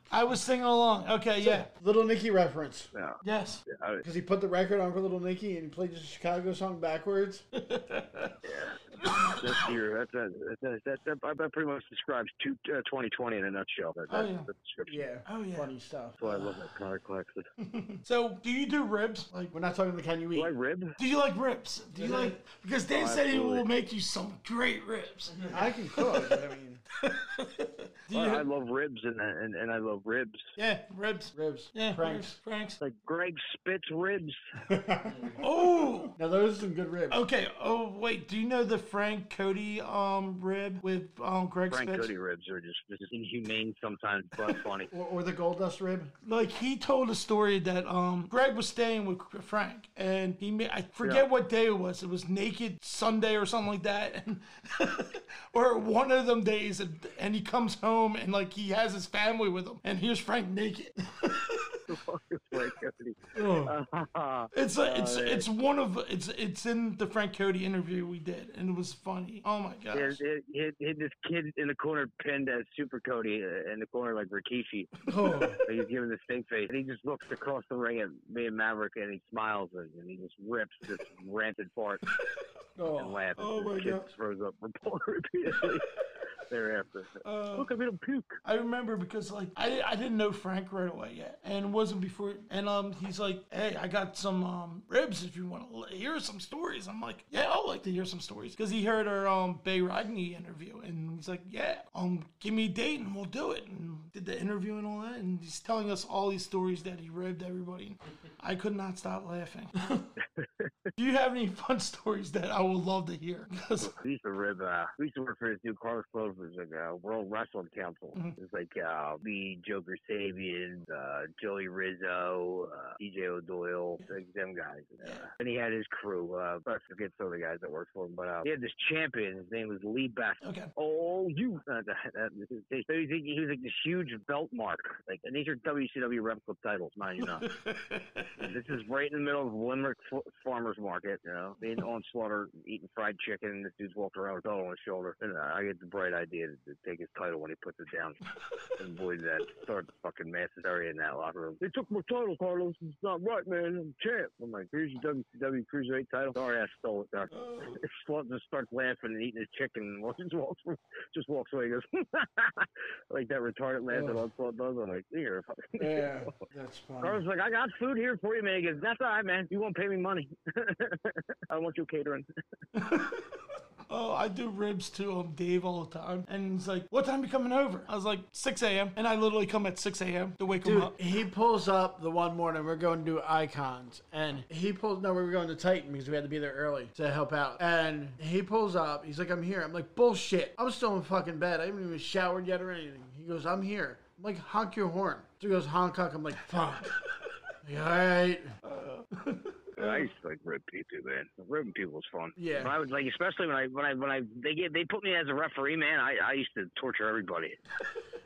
Speaker 3: I was singing along. Okay, yeah.
Speaker 4: Little Nicky reference.
Speaker 3: Yes.
Speaker 4: Because he put the record on for Little Nicky and he played the Chicago song backwards.
Speaker 5: this year, that's a, that's a, that, that, that pretty much describes two, uh, 2020 in a nutshell. That,
Speaker 3: Oh,
Speaker 5: that's
Speaker 3: yeah.
Speaker 5: the description.
Speaker 4: Yeah.
Speaker 3: Oh, yeah.
Speaker 4: Funny stuff.
Speaker 5: That's why I love that Connor Claxton.
Speaker 3: So, do you do ribs? Like,
Speaker 4: We're not talking the kind you
Speaker 5: Do
Speaker 4: eat.
Speaker 5: I rib?
Speaker 3: do you like ribs? Do you like? Because Dave said he
Speaker 5: Oh, absolutely.
Speaker 3: will make you some great ribs.
Speaker 4: I can cook, but I mean,
Speaker 3: Do you?
Speaker 5: Well, I love ribs and, and and I love ribs.
Speaker 3: yeah, ribs.
Speaker 4: ribs.
Speaker 3: Yeah,
Speaker 4: Franks.
Speaker 3: ribs, Franks.
Speaker 5: Like Greg Spitz ribs.
Speaker 3: Oh.
Speaker 4: Now, those are some good ribs.
Speaker 3: Okay. Oh wait. Do you know the Frank Cody um rib with um Greg
Speaker 5: Frank
Speaker 3: Spitz?
Speaker 5: Cody ribs are just, just inhumane sometimes, but funny.
Speaker 4: Or, or the gold dust rib.
Speaker 3: Like he told a story that um Greg was staying with Frank and he made I forget what day it was. It was naked Sunday or something like that, and or one of them days. And, and he comes home and like he has his family with him, and here's Frank naked.
Speaker 5: Frank Cody.
Speaker 3: Oh.
Speaker 5: Uh,
Speaker 3: It's a, it's it's one of it's it's in the Frank Cody interview we did, and it was funny. Oh my gosh.
Speaker 5: Hit, hit, hit, hit this kid in the corner pinned as Super Cody uh, in the corner like Rikishi.
Speaker 3: Oh.
Speaker 5: He's giving the stink face. And he just looks across the ring at me and Maverick and he smiles and, and he just rips this ranted part and laughs.
Speaker 3: oh
Speaker 5: and
Speaker 3: my
Speaker 5: the kid
Speaker 3: God.
Speaker 5: throws up repeatedly thereafter.
Speaker 3: Uh.
Speaker 5: Look, I made him puke.
Speaker 3: I remember because like I, I didn't know Frank right away yet, and it wasn't before. And um, he's like, "Hey, I got some um ribs if you want to hear some stories." I'm like, "Yeah, I'd like to hear some stories," because he heard our um Bay Rodney interview, and he's like, "Yeah, um, give me a date and we'll do it." And did the interview and all that, and he's telling us all these stories that he ribbed everybody. I could not stop laughing. do you have any fun stories that I would love to hear? 'Cause-
Speaker 5: We used to rib, uh, we used to work for this new Carlos Clover's like, uh, World Wrestling Council. It's like uh, me, Joker Sabian, uh, Joey Rizzo, uh, DJ O'Doyle, like them guys. Uh, and he had his crew. Uh, I forget some of the guys that worked for him, but uh, he had this champion. His name was Lee Beck.
Speaker 3: okay.
Speaker 5: Oh, you! Uh, that- that- they- so he, he was like this huge belt mark, like, and these are WCW Rep Club titles, mind you not. this is right in the middle of Limerick f- Farmers Market, you know, being on slaughter, eating fried chicken, and this dude's walking around with a belt on his shoulder. And uh, I get the bright idea to, to take his title when he puts it down. and boy, did that started fucking mass hysteria in that locker room. They took my title, Carlos. It's not right, man. I'm champ. I'm like, here's your WCW Cruiserweight title. Sorry, I stole it. Doc. Slut just starts laughing and eating his chicken and walks, just walks just walks away. He goes like that retarded laugh that Onslaught does. I'm like, here.
Speaker 4: Yeah, that's funny.
Speaker 5: Carlos was like, I got food here for you, man. He goes, that's all right, man. You won't pay me money. I want your catering.
Speaker 3: Oh, I do ribs to um, Dave all the time. And he's like, What time you coming over? I was like, 6 a.m. And I literally come at 6 a.m. to wake him
Speaker 4: Dude,
Speaker 3: up.
Speaker 4: he pulls up the one morning. We're going to do icons, and he pulls. No, we were going to Titan because we had to be there early to help out. And he pulls up. He's like, "I'm here." I'm like, "Bullshit! I'm still in fucking bed. I haven't even showered yet or anything." He goes, "I'm here." I'm like, "Honk your horn." So he goes, "Honk, honk." I'm like, "Fuck." Like, All right.
Speaker 5: I used to like rib people, man. Ribbing people was fun.
Speaker 4: Yeah.
Speaker 5: When I was like, especially when I when I when I they get they put me as a referee, man. I I used to torture everybody.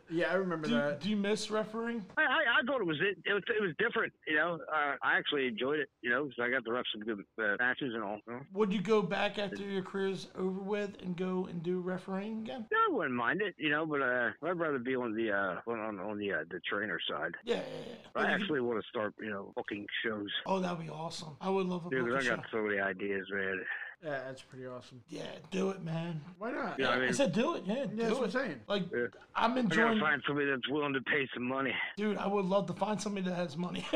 Speaker 4: Yeah, I remember
Speaker 3: Do,
Speaker 4: that.
Speaker 3: do you miss refereeing?
Speaker 5: I, I, I thought it was it, it was it was different, you know. Uh, I actually enjoyed it, you know, because I got to ref some good uh, matches and all. You know?
Speaker 3: Would you go back after your career's over with and go and do refereeing again?
Speaker 5: Yeah, I wouldn't mind it, you know, but uh, I'd rather be on the uh, on on, on the uh, the trainer side.
Speaker 3: Yeah, yeah, yeah. Like,
Speaker 5: I
Speaker 3: if you-
Speaker 5: actually want to start, you know, booking shows.
Speaker 3: Oh, that'd be awesome. I would love a
Speaker 5: Dude,
Speaker 3: booking
Speaker 5: I
Speaker 3: show.
Speaker 5: got so many ideas, man.
Speaker 4: Yeah, that's pretty awesome.
Speaker 3: Yeah, do it, man.
Speaker 4: Why not?
Speaker 5: You know what I
Speaker 3: I
Speaker 5: mean?
Speaker 3: said do it, yeah, do
Speaker 4: that's
Speaker 3: it.
Speaker 4: what I'm saying.
Speaker 3: Like, I'm
Speaker 5: I gotta
Speaker 3: enjoying.
Speaker 5: find somebody that's willing to pay some money.
Speaker 3: Dude, I would love to find somebody that has money.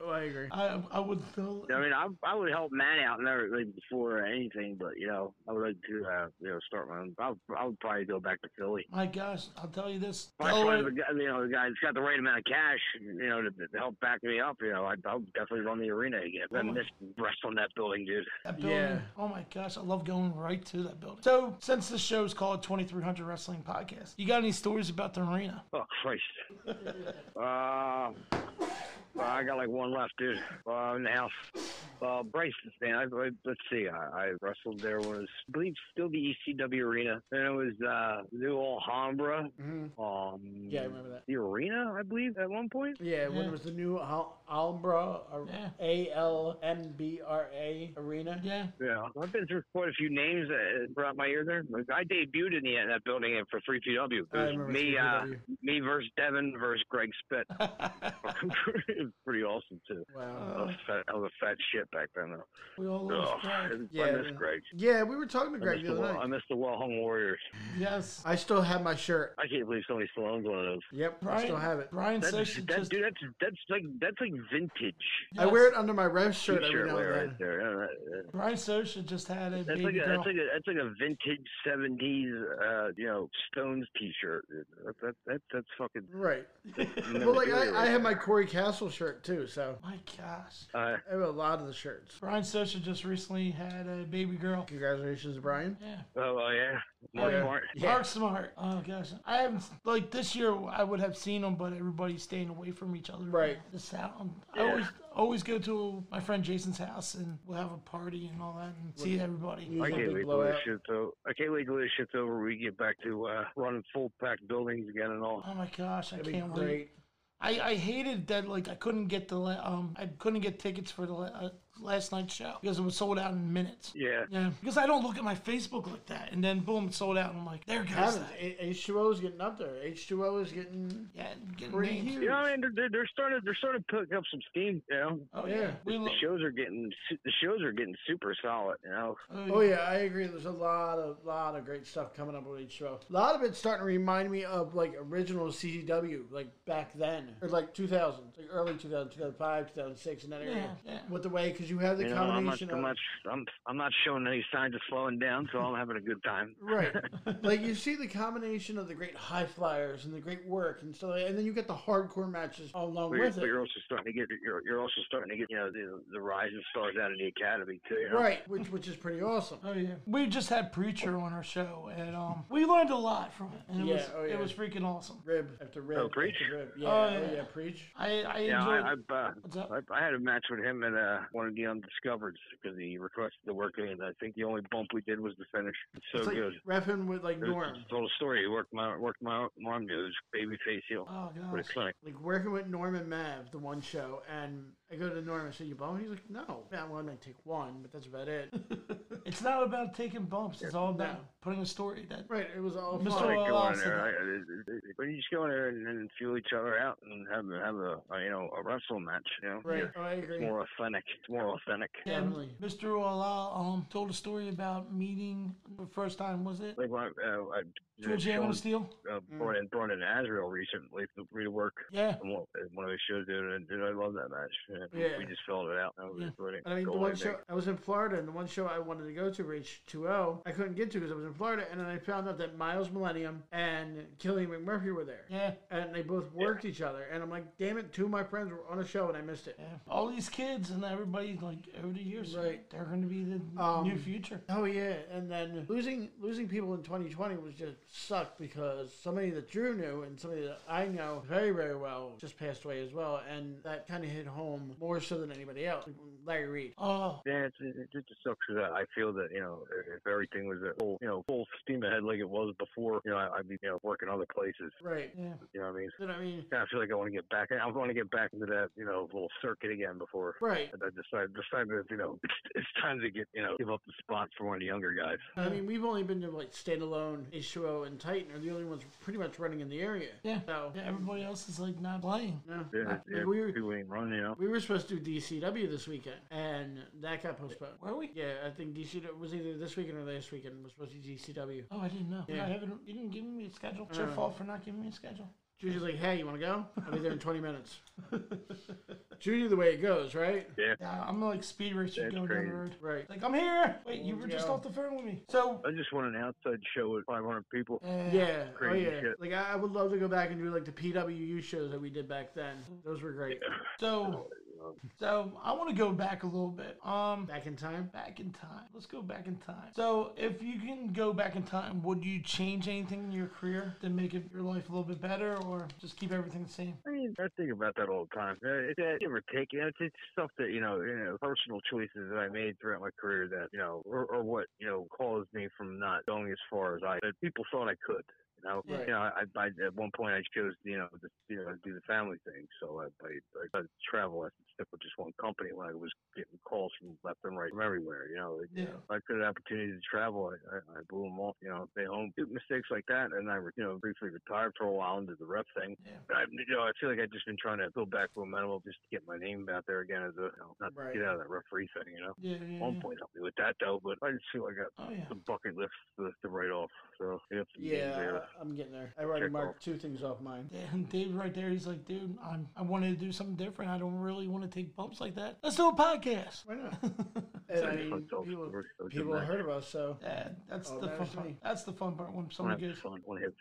Speaker 4: Oh, I agree.
Speaker 3: I, I would. feel-
Speaker 5: I mean, I I would help man out and everything before anything, but you know, I would like to uh, you know start my own. I would, I would probably go back to Philly.
Speaker 3: My gosh, I'll tell you this.
Speaker 5: If I
Speaker 3: Delaware-
Speaker 5: find the guy, you know, the guy that's got the right amount of cash, you know, to, to help back me up, you know, I'd, I'll definitely run the arena again. I miss wrestling that building, dude.
Speaker 3: That building.
Speaker 4: Yeah.
Speaker 3: Oh my gosh, I love going right to that building. So, since this show is called 2300 Wrestling Podcast, you got any stories about the arena?
Speaker 5: Oh Christ. uh, I got like one left, dude. Uh, in the house. Well, Bryson's man. I, I, let's see. I, I wrestled there when it was, I believe, still the ECW arena. Then it was uh, New Alhambra. Um,
Speaker 4: Mm-hmm. Yeah, I remember that.
Speaker 5: The arena, I believe, at one point.
Speaker 4: Yeah, when it was the new Al- Alhambra,
Speaker 3: Yeah.
Speaker 4: A L N B R A arena.
Speaker 3: Yeah.
Speaker 5: Yeah, I've been through quite a few names that uh, brought my ear there. Like, I debuted in, the, in that building for 3PW. It
Speaker 4: I
Speaker 5: was
Speaker 4: remember
Speaker 5: me, uh,
Speaker 4: 3PW.
Speaker 5: me versus Devin versus Greg Spit. It was pretty awesome too.
Speaker 4: Wow.
Speaker 5: I was, fat, I was a fat shit back then though.
Speaker 3: We all
Speaker 5: Ugh,
Speaker 3: lost
Speaker 5: I
Speaker 3: track.
Speaker 5: miss
Speaker 4: Yeah, yeah.
Speaker 5: Greg.
Speaker 4: Yeah, we were talking to
Speaker 5: I
Speaker 4: Greg
Speaker 5: miss,
Speaker 4: the
Speaker 5: the
Speaker 4: other
Speaker 5: well, I
Speaker 4: night.
Speaker 5: miss the well-hung Warriors.
Speaker 3: Yes.
Speaker 4: I still have my shirt.
Speaker 5: I can't believe somebody still owns one of those.
Speaker 4: Yep,
Speaker 3: Brian,
Speaker 4: I still have it.
Speaker 3: Brian
Speaker 5: That's,
Speaker 3: says she
Speaker 5: that,
Speaker 3: just.
Speaker 5: dude, that's that's like that's like vintage.
Speaker 4: I wear
Speaker 3: Yes.
Speaker 4: it under my Rev shirt every
Speaker 5: T-shirt
Speaker 4: now
Speaker 5: wear
Speaker 4: and
Speaker 5: right
Speaker 4: then.
Speaker 5: there. Yeah, that- that-
Speaker 3: Brian Sosha just had a
Speaker 5: That's
Speaker 3: baby
Speaker 5: like a,
Speaker 3: girl.
Speaker 5: that's like a that's like a vintage '70s, uh, you know, Stones T-shirt. That, that, that that's fucking.
Speaker 4: Right.
Speaker 5: never
Speaker 4: Well, like
Speaker 5: do it
Speaker 4: I, I
Speaker 5: right
Speaker 4: have my Corey Castle shirt too, so
Speaker 3: My gosh.
Speaker 5: Uh,
Speaker 4: I have a lot of the shirts.
Speaker 3: Brian Sosha just recently had a baby girl.
Speaker 4: Congratulations, Brian.
Speaker 3: Yeah.
Speaker 5: oh, oh yeah, Mark
Speaker 3: Yeah.
Speaker 5: Smart.
Speaker 3: Mark Smart. Oh gosh, I haven't like this year. I would have seen them, but everybody's staying away from each other.
Speaker 4: Right.
Speaker 3: The sound. I always always go to my friend Jason's house, and we'll have a party and all that, and see everybody.
Speaker 4: He's
Speaker 5: I
Speaker 4: a big
Speaker 5: can't wait till this
Speaker 4: blowout.
Speaker 5: shit's over. I can't wait till this shit's over. We get back to uh, running full packed buildings again and all.
Speaker 3: Oh my gosh, I
Speaker 4: That'd be
Speaker 3: can't wait.
Speaker 4: great.
Speaker 3: I, I hated that like I couldn't get the la- um I couldn't get tickets for the la- uh, last night's show because it was sold out in minutes.
Speaker 5: Yeah.
Speaker 3: Yeah, because I don't look at my Facebook like that, and then boom, it's sold out, and I'm like, there goes
Speaker 4: Haven't-
Speaker 3: that.
Speaker 4: H two O is getting up there. H two O is getting
Speaker 3: Yeah, getting
Speaker 4: pretty
Speaker 3: names.
Speaker 4: huge.
Speaker 5: You know, I mean, they're- they're, they're starting they're starting to pick up some steam. You know,
Speaker 3: Oh
Speaker 4: Yeah.
Speaker 3: yeah, we
Speaker 5: the
Speaker 3: lo-
Speaker 5: shows are getting su- the shows are getting super solid. You know,
Speaker 4: Oh yeah, I agree. There's a lot of lot of great stuff coming up with each show. A lot of it's starting to remind me of like original CCW, like back then, or like 2000, like early 2000, 2005, 2006, in that area.
Speaker 3: Yeah, yeah.
Speaker 4: With the way, because you have the
Speaker 5: you know, I'm not,
Speaker 4: combination
Speaker 5: I'm
Speaker 4: of
Speaker 5: not I'm I'm not showing any signs of slowing down, so I'm having a good time.
Speaker 4: Right. like you see the combination of the great high flyers and the great work and stuff, like- and then you get the hardcore matches along
Speaker 5: But you're,
Speaker 4: with
Speaker 5: but
Speaker 4: it.
Speaker 5: you're also starting to get you're, you're also starting to get you know the, the rise of stars out of the academy too. You know?
Speaker 4: Right, which which is pretty awesome.
Speaker 3: Oh yeah, we just had preacher on our show, and um, we learned a lot from it. And it
Speaker 4: Yeah,
Speaker 3: was
Speaker 4: oh, yeah.
Speaker 3: it was freaking awesome.
Speaker 4: Rib after rib.
Speaker 5: Oh, preach.
Speaker 4: After rib. Yeah,
Speaker 3: Oh,
Speaker 4: oh,
Speaker 3: yeah.
Speaker 4: yeah, preach.
Speaker 3: I I
Speaker 5: Yeah,
Speaker 3: enjoyed.
Speaker 5: I, I've, uh,
Speaker 3: What's up?
Speaker 5: I, I had a match with him and uh, one of the Undiscovereds because he requested to work in. I think the only bump we did was the finish. It's so
Speaker 4: It's like
Speaker 5: good.
Speaker 4: reffing with like
Speaker 5: It was
Speaker 4: Norm,
Speaker 5: a total story. He worked my worked my my arm. It was baby face heel
Speaker 3: oh
Speaker 5: for the
Speaker 3: gosh.
Speaker 5: clinic.
Speaker 4: like working with Norm and Mav, the one show, and I go to Norm and say, "You bone?" He's like, "No, man, well, I might take one, but that's about it."
Speaker 3: It's not about taking bumps. It's all about
Speaker 4: No.
Speaker 3: putting a story that.
Speaker 4: right, it was all
Speaker 3: Mr.
Speaker 4: fun.
Speaker 5: Like
Speaker 3: Well,
Speaker 5: go
Speaker 3: I'll
Speaker 5: in
Speaker 3: say
Speaker 5: there, I, I- I- but you just go in there and, and fuel each other out and have have a, a you know a wrestle match. You know,
Speaker 4: Right,
Speaker 5: Yeah.
Speaker 4: oh, I
Speaker 5: It's
Speaker 4: agree.
Speaker 5: more authentic. It's more authentic.
Speaker 3: Yeah,
Speaker 4: Definitely.
Speaker 3: Mr. Ola um told a story about meeting the first time was it
Speaker 5: Like when I, uh, I
Speaker 3: George
Speaker 5: Sean,
Speaker 3: Animal Steel?
Speaker 5: uh,
Speaker 4: Mm.
Speaker 5: brought in brought in Azrael recently for me to work.
Speaker 3: Yeah,
Speaker 5: on one on one of those shows, dude, and dude, I love that match. Yeah, we-
Speaker 4: Yeah.
Speaker 5: We just filled it out. That was
Speaker 3: Yeah.
Speaker 5: brilliant.
Speaker 4: And I mean, the
Speaker 5: Goal,
Speaker 4: one
Speaker 5: think.
Speaker 4: show I was in Florida, and the one show I wanted to go to for H2O, I couldn't get to because I was in Florida. And then I found out that Miles Millennium and Killian McMurphy were there,
Speaker 3: yeah,
Speaker 4: and they both worked each other. And I'm like, damn it, two of my friends were on a show, and I missed it.
Speaker 3: yeah. All these kids and everybody like over the years,
Speaker 4: Right.
Speaker 3: They're going to be the
Speaker 4: Um,
Speaker 3: new future.
Speaker 4: Oh yeah, and then losing losing people in 2020 was just sucked because somebody that Drew knew and somebody that I know very very well just passed away as well, and that kind of hit home more so than anybody else. Larry Reed.
Speaker 3: Oh,
Speaker 5: Yeah, it's, it, it just sucks for that. I feel that you know, if- if everything was at full, you know, full steam ahead like it was before, you know, I, I'd be you know working other places.
Speaker 4: Right.
Speaker 3: yeah.
Speaker 5: You know what I mean?
Speaker 4: Then I mean,
Speaker 5: Yeah, I feel like I want to get back. I want to get back into that you know little circuit again before.
Speaker 4: right.
Speaker 5: I decided, decided that you know it's, it's time to get you know give up the spot for one of the younger guys.
Speaker 4: I mean, we've only been to like standalone H2O and Titan are the only ones pretty much running in the area.
Speaker 3: Yeah.
Speaker 4: So
Speaker 3: yeah, everybody else is like not playing.
Speaker 4: no,
Speaker 5: Yeah,
Speaker 4: I mean,
Speaker 5: yeah,
Speaker 4: we were
Speaker 5: people ain't running, you know.
Speaker 4: we were supposed to do DCW this weekend, and that got postponed.
Speaker 3: Were we?
Speaker 4: Yeah, I think DCW was either this weekend or last weekend. Was supposed to be DCW.
Speaker 3: Oh, I didn't know.
Speaker 4: Yeah.
Speaker 3: I haven't. You didn't give me a schedule. It's your
Speaker 4: Uh.
Speaker 3: fault for not giving me a schedule.
Speaker 4: Judy's like, "Hey, you want to go? I'll be there in 20 minutes." Judy, the way it goes, right?
Speaker 3: Yeah, I'm like speed racer
Speaker 5: That's
Speaker 3: going down
Speaker 5: crazy.
Speaker 3: the road.
Speaker 4: Right.
Speaker 3: Like I'm here. Wait, you
Speaker 4: Let's
Speaker 3: were just
Speaker 4: go.
Speaker 3: off the phone with me. So
Speaker 5: I just want an outside show with 500 people.
Speaker 3: uh,
Speaker 4: Yeah. Oh
Speaker 5: Crazy
Speaker 4: yeah.
Speaker 5: shit.
Speaker 4: Like I I would love to go back and do like the PWU shows that we did back then. Those were great.
Speaker 3: So
Speaker 5: God.
Speaker 3: So I want to go back a little bit. Um,
Speaker 4: Back in time?
Speaker 3: back in time. Let's go back in time. So if you can go back in time, would you change anything in your career to make it, your life a little bit better, or just keep everything the same?
Speaker 5: I mean, I think about that all the time. Uh, It's uh, give or take. You know, it's, it's stuff that you know, you know, personal choices that I made throughout my career that you know, or, or what you know, caused me from not going as far as I that people thought I could. You know,
Speaker 4: Right.
Speaker 5: you know, I, I at one point I chose you know, to, you know, do the family thing. So I I, I tried to travel. I stuck with just one company when I was getting calls from left and right from everywhere. You know,
Speaker 3: Yeah.
Speaker 5: if I could have opportunity to travel, I, I, I blew them off. You know, stay home, do mistakes like that, and I you know briefly retired for a while and did the rep thing.
Speaker 3: Yeah.
Speaker 5: But I, you know, I feel like I've just been trying to build back momentum, just to get my name out there again as a you know, not
Speaker 4: Right. Mm-hmm.
Speaker 5: to get out of that referee thing. You know,
Speaker 3: Yeah. yeah,
Speaker 5: one
Speaker 3: yeah.
Speaker 5: point helped me with that though, but I just feel like I got
Speaker 3: Oh yeah.
Speaker 5: the bucket list to, to write off. So I got some games
Speaker 4: Yeah,
Speaker 5: there.
Speaker 4: I- I'm getting there. I already
Speaker 5: Check
Speaker 4: marked
Speaker 5: off.
Speaker 4: two things off mine.
Speaker 3: Yeah, and Dave right there, he's like, dude, I'm, I wanted to do something different. I don't really want to take bumps like that. Let's do a podcast.
Speaker 4: Why not? And, I mean, people, people have heard of us, so
Speaker 3: Yeah, that's
Speaker 4: Oh,
Speaker 3: the fun
Speaker 4: there's
Speaker 3: part.
Speaker 4: me.
Speaker 3: That's the fun part when
Speaker 5: Want
Speaker 3: somebody
Speaker 5: to have
Speaker 3: goes.
Speaker 5: fun? Want to have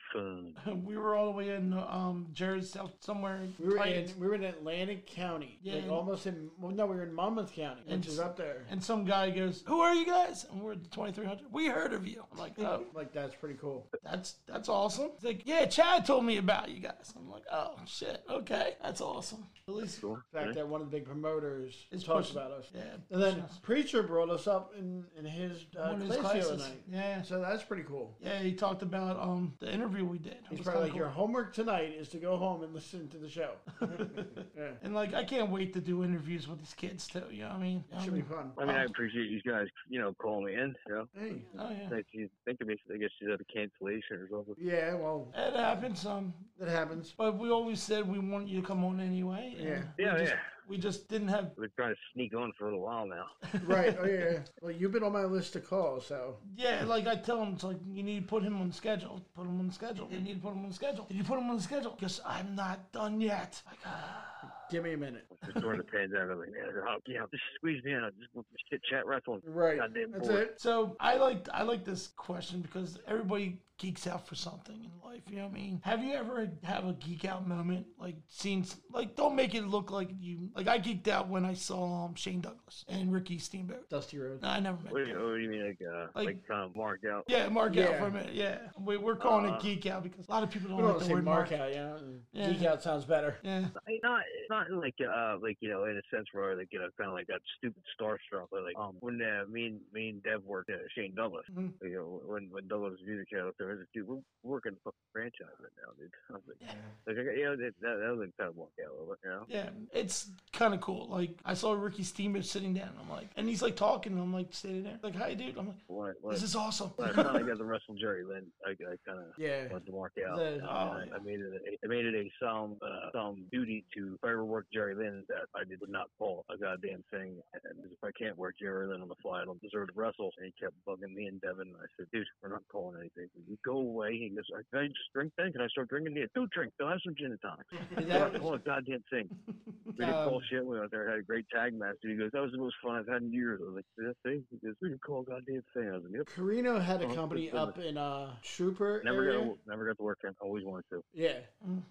Speaker 5: fun?
Speaker 3: We were all the way in um, Jared's south somewhere.
Speaker 4: we were in
Speaker 3: Titans,
Speaker 4: we were in Atlantic County, like
Speaker 3: Yeah.
Speaker 4: almost in. Well, no, we were in Monmouth County,
Speaker 3: And
Speaker 4: which is up there.
Speaker 3: and some guy goes, "Who are you guys?" And we're at the 2300. We heard of you. I'm like, oh,
Speaker 4: Like that's pretty cool.
Speaker 3: that's that's awesome. He's like, yeah, Chad told me about you guys. I'm like, oh shit, okay, that's awesome. At least,
Speaker 5: Cool.
Speaker 4: In fact,
Speaker 5: Okay.
Speaker 4: that one of the big promoters
Speaker 3: Is
Speaker 4: talked
Speaker 3: pushing-
Speaker 4: about us.
Speaker 3: yeah.
Speaker 4: And then
Speaker 3: pushing us.
Speaker 4: Preacher brought us up in, in his uh,
Speaker 3: One of his
Speaker 4: class the other
Speaker 3: classes.
Speaker 4: night.
Speaker 3: Yeah.
Speaker 4: So that's pretty cool.
Speaker 3: Yeah, he talked about um the interview we did. It
Speaker 4: He's
Speaker 3: was
Speaker 4: probably like,
Speaker 3: kinda
Speaker 4: your
Speaker 3: cool.
Speaker 4: homework tonight is to go home and listen to the show. yeah,
Speaker 3: And like, I can't wait to do interviews with these kids too. You know what I mean?
Speaker 4: it should be fun.
Speaker 5: I mean, I appreciate you guys, you know, calling me in. You know,
Speaker 4: Hey,
Speaker 3: Oh yeah,
Speaker 5: Thank you think of me. I guess she's at a cancellation or something.
Speaker 4: yeah, well,
Speaker 3: it happens. Um,
Speaker 4: that happens.
Speaker 3: but we always said we want you to come on anyway. and
Speaker 4: Yeah.
Speaker 3: we
Speaker 5: Yeah,
Speaker 3: just,
Speaker 5: yeah.
Speaker 3: We just didn't have.
Speaker 5: We've been trying to sneak on for a little while now.
Speaker 4: right? Oh yeah. Well, you've been on my list to call, so
Speaker 3: Yeah, like I tell him, it's like you need to put him on the schedule. Put him on the schedule. You need to put him on the schedule. Did you put him on the schedule? Because I'm not done yet. Like, ah.
Speaker 4: give me a minute.
Speaker 5: Just during the pandemic, like, man, oh, you know, just squeeze me in. I just want to chit chat wrestling.
Speaker 4: Right.
Speaker 5: Goddamn
Speaker 4: That's
Speaker 5: bored.
Speaker 4: it.
Speaker 3: So I like I like this question because everybody geeks out for something in life. You know what I mean? Have you ever have a geek out moment like seen s- like don't make it look like you like I geeked out when I saw um, Shane Douglas and Ricky Steamboat.
Speaker 4: Dusty Road.
Speaker 3: No, I never met.
Speaker 5: What do,
Speaker 3: them.
Speaker 5: you, what do you mean, like, uh,
Speaker 3: Like-
Speaker 5: like, kind of marked out?
Speaker 3: Yeah, mark out
Speaker 4: Yeah.
Speaker 3: for a minute. Yeah, we, we're calling
Speaker 5: Uh,
Speaker 3: it geek out because a lot of people don't
Speaker 4: We don't
Speaker 3: like the
Speaker 4: want to say
Speaker 3: word
Speaker 4: mark
Speaker 3: mark out.
Speaker 4: out, yeah.
Speaker 3: Yeah.
Speaker 4: Geek out sounds better.
Speaker 3: Yeah,
Speaker 5: Like, not, it's not like, uh, like you know, in a sense where like you know, kind of like that stupid starstruck. But like um, when uh, me and me and Dev worked at Shane Douglas,
Speaker 3: Mhm.
Speaker 5: you know, when when Douglas Music had up there, I was like, dude, we're working a fucking franchise right now, dude. I was like, like I got- you know, that that, that was like kind of walk out a little bit, you know.
Speaker 3: yeah, it's kind of cool. Like I saw Ricky Steamboat sitting down. I'm like, and he's like talking. I'm like sitting there, like, hi, dude. I'm like,
Speaker 5: When, I- when,
Speaker 3: this is awesome.
Speaker 5: when I finally got the wrestle jury, then I, I kind of
Speaker 4: Yeah.
Speaker 5: wanted to mark out.
Speaker 4: The-
Speaker 5: and
Speaker 3: oh,
Speaker 5: I,
Speaker 3: yeah.
Speaker 5: I made it. A, I made it a solemn, uh, solemn duty to if I ever work Jerry Lynn that I did not call a goddamn thing. And if I can't work Jerry Lynn on the fly, I don't deserve to wrestle. And he kept bugging me and Devin. And I said, "Dude, we're not calling anything. Can you go away." He goes, "I- "Can I just drink then? Can I start drinking?" Yeah, do drink. They'll have some gin and tonics.
Speaker 4: Is
Speaker 5: We're not
Speaker 4: that-
Speaker 5: calling a goddamn thing. We did
Speaker 4: Um,
Speaker 5: call shit. We went out there, had a great tag match. And he goes, "That was the most fun I've had in years." I was like, "That thing?" He goes, "We didn't call a goddamn thing." I was like, "Yep."
Speaker 4: Carino had a
Speaker 5: Oh,
Speaker 4: company
Speaker 5: good
Speaker 4: up in uh Trooper
Speaker 5: Never got,
Speaker 4: area.
Speaker 5: to, never got to work. I always wanted to.
Speaker 4: Yeah.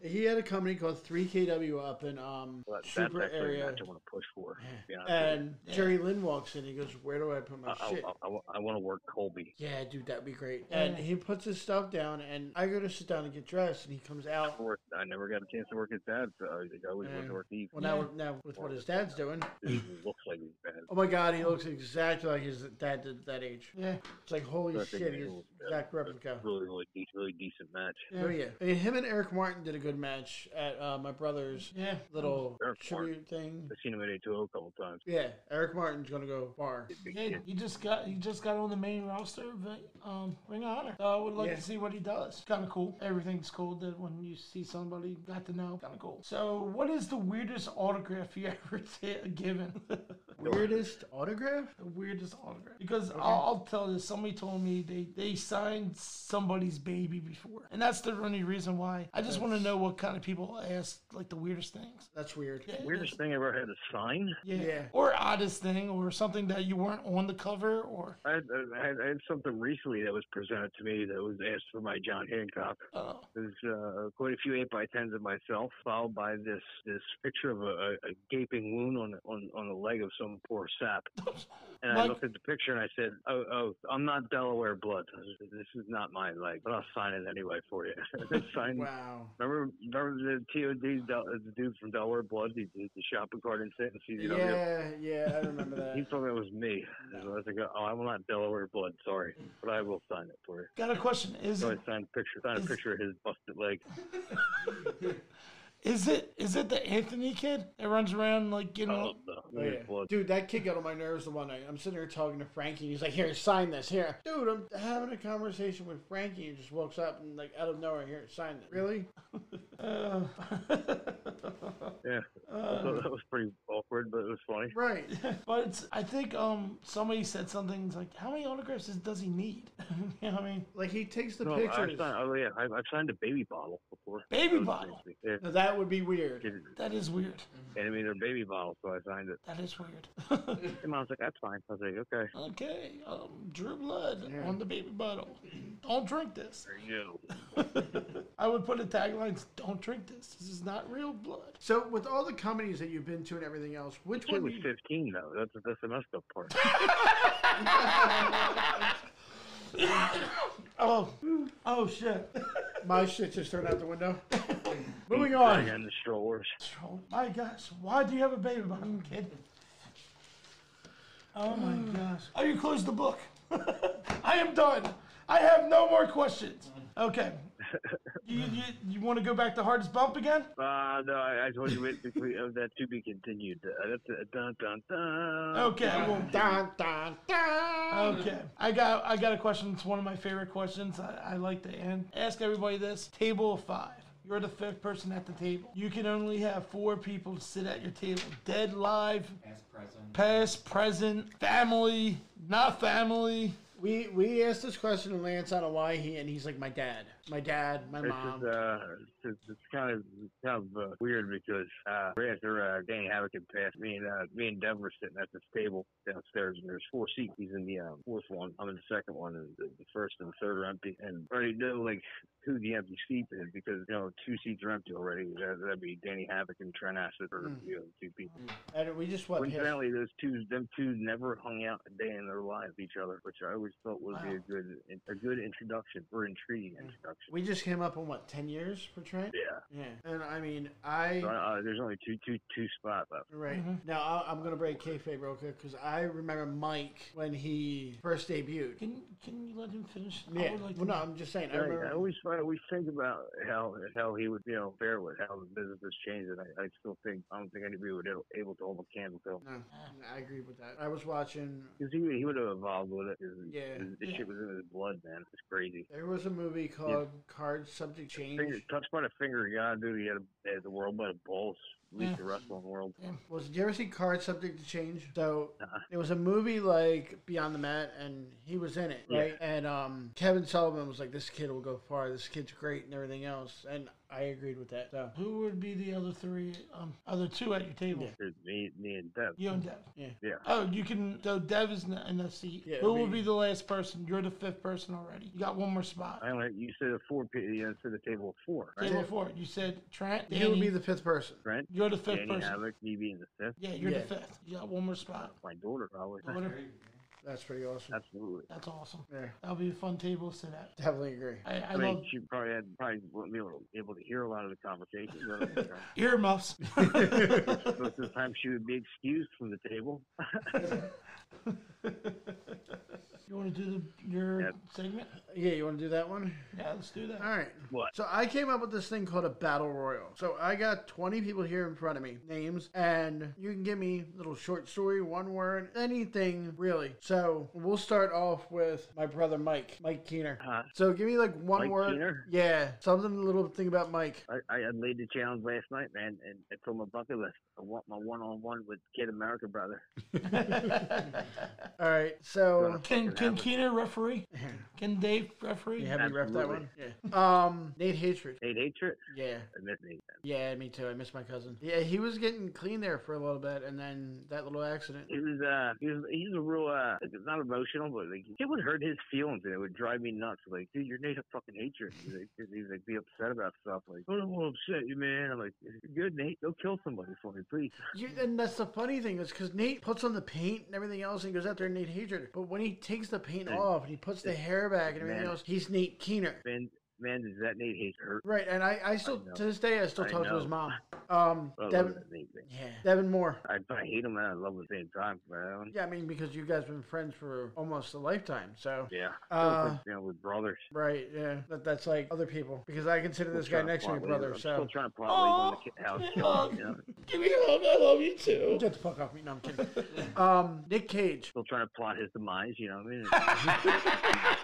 Speaker 4: He had a company called 3KW up in um
Speaker 5: But that's
Speaker 4: Trooper
Speaker 5: actually a
Speaker 4: area.
Speaker 5: match I want to push for. to be honest with Uh,
Speaker 4: And Jerry Lynn walks in. He goes, "Where do I put my
Speaker 5: you.
Speaker 4: shit?"
Speaker 5: I, I, I, want to work Colby.
Speaker 4: Yeah, dude, that'd be great. And he puts his stuff down, and I go to sit down and get dressed, and he comes out.
Speaker 5: Work- I never got a chance to work at that. So I was like, I always wanted
Speaker 4: Yeah.
Speaker 5: to work Eve.
Speaker 4: Well, now, now with what his dad's doing,
Speaker 5: He looks like he's bad.
Speaker 4: oh my god, he looks exactly like his dad did at that age.
Speaker 3: Yeah,
Speaker 4: It's like holy
Speaker 5: I think
Speaker 4: shit,
Speaker 5: he
Speaker 4: he's
Speaker 5: was bad.
Speaker 4: exact
Speaker 5: But
Speaker 4: replica.
Speaker 5: Really, really, de- really decent match.
Speaker 4: Oh yeah, I mean, him and Eric Martin did a good match at uh, my brother's
Speaker 3: yeah.
Speaker 4: little
Speaker 5: Eric
Speaker 4: tribute thing.
Speaker 5: I've seen him at A2O a couple times.
Speaker 4: Yeah, Eric Martin's gonna go far.
Speaker 3: Yeah, he just got he just got on the main roster of um, Ring of Honor. So I would like
Speaker 4: Yeah.
Speaker 3: to see what he does. Kind of cool. Everything's cool that when you see somebody you got to know. Kind of cool. So, what is the weirdest autograph you ever t- given?
Speaker 4: weirdest autograph?
Speaker 3: The weirdest autograph. Because I'll, I'll tell you, somebody told me they, they signed somebody's baby before. And that's the only reason why. I just want to know what kind of people ask, like, the weirdest things.
Speaker 4: That's weird.
Speaker 3: Yeah,
Speaker 5: Weirdest
Speaker 3: that's-
Speaker 5: thing I ever had to sign.
Speaker 3: Yeah.
Speaker 4: Yeah.
Speaker 3: Or oddest thing, or something that you weren't on the cover, or.
Speaker 5: I had, I had, I had something recently that was presented to me that was asked for by John Hancock.
Speaker 3: Uh,
Speaker 5: There's uh, quite a few eight by tens of myself, followed by this this picture of a, a, a gaping wound on on on the leg of some poor sap. And I
Speaker 3: Mike-
Speaker 5: looked at the picture and I said, "Oh, oh I'm not Delaware blood. This is not my leg, but I'll sign it anyway for you." I signed.
Speaker 4: Wow.
Speaker 5: Remember, remember the TOD, Del- the dude from Delaware Blood, the, the the shopping cart incident in CZW?
Speaker 4: Yeah, yeah, I remember
Speaker 5: He
Speaker 4: that.
Speaker 5: thought it was me. So I was like, oh, I'm not Delaware blood, sorry. But I will sign it for you.
Speaker 3: got a question. Is
Speaker 5: So I signed a picture, signed a picture of his busted leg.
Speaker 3: is it is it the Anthony kid that runs around like you
Speaker 5: Oh,
Speaker 3: know?
Speaker 4: Oh,
Speaker 5: no.
Speaker 4: yeah.
Speaker 5: blood.
Speaker 4: Dude, that kid got on my nerves the one night. I'm sitting there talking to Frankie. and He's like, "Here, sign this. Here, dude. I'm having a conversation with Frankie, and just walks up and like out of nowhere, here, sign it. Really?
Speaker 3: Uh,
Speaker 5: Yeah. so
Speaker 4: Uh,
Speaker 5: that was pretty awkward, but it was funny.
Speaker 4: Right?
Speaker 3: but it's, I think um somebody said something it's like, how many autographs does- does he need? you know what I mean?
Speaker 4: Like he takes the
Speaker 5: No, I
Speaker 4: pictures.
Speaker 5: signed, oh, yeah. I, I've signed a baby bottle before.
Speaker 3: Baby
Speaker 5: That was
Speaker 3: bottle?
Speaker 5: crazy. Yeah.
Speaker 4: Now, that would be weird.
Speaker 5: Didn't
Speaker 3: That is weird.
Speaker 5: Animate their baby bottle, so I signed it.
Speaker 3: That is weird.
Speaker 5: And I was like, that's fine. I was like, okay.
Speaker 3: okay, um, drew blood on the baby bottle. Don't drink this.
Speaker 5: There you go.
Speaker 3: I would put a tagline: "Don't drink this. This is not real blood."
Speaker 4: So, with all the companies that you've been to and everything else, which
Speaker 5: She
Speaker 4: one?
Speaker 5: was
Speaker 4: do you-
Speaker 5: 15, though. That's, that's the messed up part.
Speaker 3: Oh, oh shit!
Speaker 4: My shit just thrown out the window. Moving on.
Speaker 5: Again, the strollers.
Speaker 3: Oh my gosh, why do you have a baby bottle, kid? Oh my gosh. Oh, you closed the book. I am done. I have no more questions. Okay. You, you, you want to go back to hardest bump again?
Speaker 5: Uh, no, I, I told you it, we- uh, that to be continued. Uh, that's a, dun, dun, dun.
Speaker 4: Oh,
Speaker 3: Okay. I won't.
Speaker 4: Dun, dun, dun.
Speaker 3: Okay. I got I got a question. It's one of my favorite questions. I, I like to end. Ask everybody this. Table of five. You're the fifth person at the table. You can only have four people sit at your table. Dead, live,
Speaker 7: As present.
Speaker 3: past, present, family, not family.
Speaker 4: We we asked this question to Lance on why he and he's like my dad, my dad, my
Speaker 5: This
Speaker 4: mom.
Speaker 5: is uh, it's, it's kind of it's kind of uh, weird because uh, right after uh, Danny Havoc had passed, me and uh, me and Dev were sitting at this table downstairs, and there's four seats. He's in the um, fourth one. I'm in the second one, and the, the first and the third are empty. And I already know like who the empty seat is because you know two seats are empty already. That, that'd be Danny Havoc and Trent Acid or you know two people.
Speaker 4: And we just went past.
Speaker 5: uh, Coincidentally, those two, them two, never hung out a day in their lives with each other, which I always thought would be a good, a good introduction or intriguing introduction.
Speaker 4: We just came up on what ten years for Trent.
Speaker 5: Yeah.
Speaker 4: Yeah, and I mean I.
Speaker 5: So, uh, there's only two, two, two spots left.
Speaker 4: Right
Speaker 3: Mm-hmm.
Speaker 4: now, I, I'm gonna break kayfabe real quick because I remember Mike when he first debuted.
Speaker 3: Can Can you let him finish? I
Speaker 4: Yeah,
Speaker 3: would like to
Speaker 4: well, no,
Speaker 3: know.
Speaker 4: I'm just saying. I
Speaker 5: I, I
Speaker 4: remember.
Speaker 5: always, I always uh, think about how, how he would, you know, fare with how the business has changed, and I, I still think, I don't think anybody would able- able to hold a candle to him.
Speaker 4: No, I agree with that. I was watching.
Speaker 5: Because he, he would have evolved with it. 'cause
Speaker 4: Yeah.
Speaker 5: This this shit was in his blood, man. It's crazy.
Speaker 4: There was a movie called Card Subject
Speaker 5: Finger,
Speaker 4: Change.
Speaker 5: touched by the finger of God, dude. He had, a, had the world by the balls. At least the wrestling world.
Speaker 4: Was did you ever see Card Subject to Change? So
Speaker 5: Uh-uh.
Speaker 4: it was a movie like Beyond the Mat, and he was in it, right? And um, Kevin Sullivan was like, "This kid will go far. This kid's great," and everything else. And I agreed with that. So
Speaker 3: Who would be the other three, um, other two at your table?
Speaker 5: There's me, me and Dev.
Speaker 3: You and Dev.
Speaker 5: Yeah.
Speaker 3: Oh, you can. So Dev is in the, in the seat.
Speaker 4: Yeah,
Speaker 3: Who will
Speaker 4: me.
Speaker 3: be the last person? You're the fifth person already. You got one more spot.
Speaker 5: I only you said a four. pe- You said a table of four, right?
Speaker 3: Table four. You said Trent.
Speaker 4: he would
Speaker 3: Danny,
Speaker 4: be the fifth person.
Speaker 5: Trent,
Speaker 3: You're the fifth
Speaker 5: Danny
Speaker 3: person.
Speaker 5: Havoc, me being the fifth.
Speaker 3: Yeah, you're
Speaker 4: Yeah.
Speaker 3: the fifth. You got one more spot.
Speaker 5: My daughter probably.
Speaker 3: What if-
Speaker 4: That's pretty awesome.
Speaker 5: Absolutely.
Speaker 3: that's awesome.
Speaker 4: Yeah.
Speaker 3: That'll be a fun table to sit at.
Speaker 4: Definitely agree.
Speaker 3: I, I
Speaker 5: I mean,
Speaker 3: love
Speaker 5: she probably had probably wouldn't be able, able to hear a lot of the conversation. But uh,
Speaker 3: earmuffs.
Speaker 5: most of the time, she would be excused from the table.
Speaker 3: You want to do the, your
Speaker 5: Yeah.
Speaker 3: segment?
Speaker 4: Yeah, you want to do that one?
Speaker 3: Yeah, let's do that.
Speaker 4: All right.
Speaker 5: What?
Speaker 4: So I came up with this thing called a battle royal. So I got 20 people here in front of me, names, and you can give me a little short story, one word, anything really. So we'll start off with my brother Mike, Mike Keener.
Speaker 5: Uh,
Speaker 4: So give me like one
Speaker 5: Mike
Speaker 4: word.
Speaker 5: Keener?
Speaker 4: Yeah, something a little thing about Mike.
Speaker 5: I, I I made the challenge last night, man, and it's on my bucket list. I want my one-on-one with Kid America, brother.
Speaker 4: All right. So
Speaker 5: Gonna
Speaker 3: Oh, Can
Speaker 5: fucking
Speaker 3: can
Speaker 5: have it.
Speaker 3: Keener referee? Can Dave referee?
Speaker 4: you happy ref that one?
Speaker 5: Absolutely.
Speaker 4: Yeah. Um, Nate Hatred.
Speaker 5: Nate Hatred?
Speaker 4: Yeah.
Speaker 5: I miss Nate.
Speaker 4: Yeah, me too. I miss my cousin. Yeah, he was getting clean there for a little bit, and then that little accident.
Speaker 5: He was, uh, he was, he's a real, uh, like, not emotional, but like, it would hurt his feelings and it would drive me nuts. Like, dude, you're Nate of fucking hatred. He's like, he's, he's like, be upset about stuff. Like, I don't want to upset you, man. I'm like, you're good, Nate. Go kill somebody for me, please.
Speaker 4: You, and that's the funny thing is because Nate puts on the paint and everything else and goes out there and Nate Hatred. But when he takes the paint
Speaker 5: And-
Speaker 4: off and he puts the hair back and everything
Speaker 5: Man.
Speaker 4: else, he's Nate Keener.
Speaker 5: Man, man, does that Nate Hatred hurt?
Speaker 4: Right, and I, I still
Speaker 5: know.
Speaker 4: to this day I still
Speaker 5: I
Speaker 4: talk to his
Speaker 5: know.
Speaker 4: mom. Um,
Speaker 5: I love
Speaker 4: Devin,
Speaker 5: that Nate thing.
Speaker 4: yeah, Devin Moore.
Speaker 5: I, I hate him and I love him at the same time, man.
Speaker 4: Yeah, I mean because you guys been friends for almost a lifetime, so
Speaker 5: Yeah.
Speaker 4: Uh,
Speaker 5: you know, with brothers.
Speaker 4: right, yeah, that, that's like other people because I consider this guy
Speaker 5: Trying to
Speaker 4: next to me
Speaker 5: plot ways.
Speaker 4: brother.
Speaker 5: I'm
Speaker 4: So Oh!
Speaker 5: still trying to plot ways on the ki- house. You know,
Speaker 3: Give me a hug. I love you too.
Speaker 4: get the fuck off me, no I'm kidding. um, Nick Cage.
Speaker 5: still trying to plot his demise. You know what I mean? It's-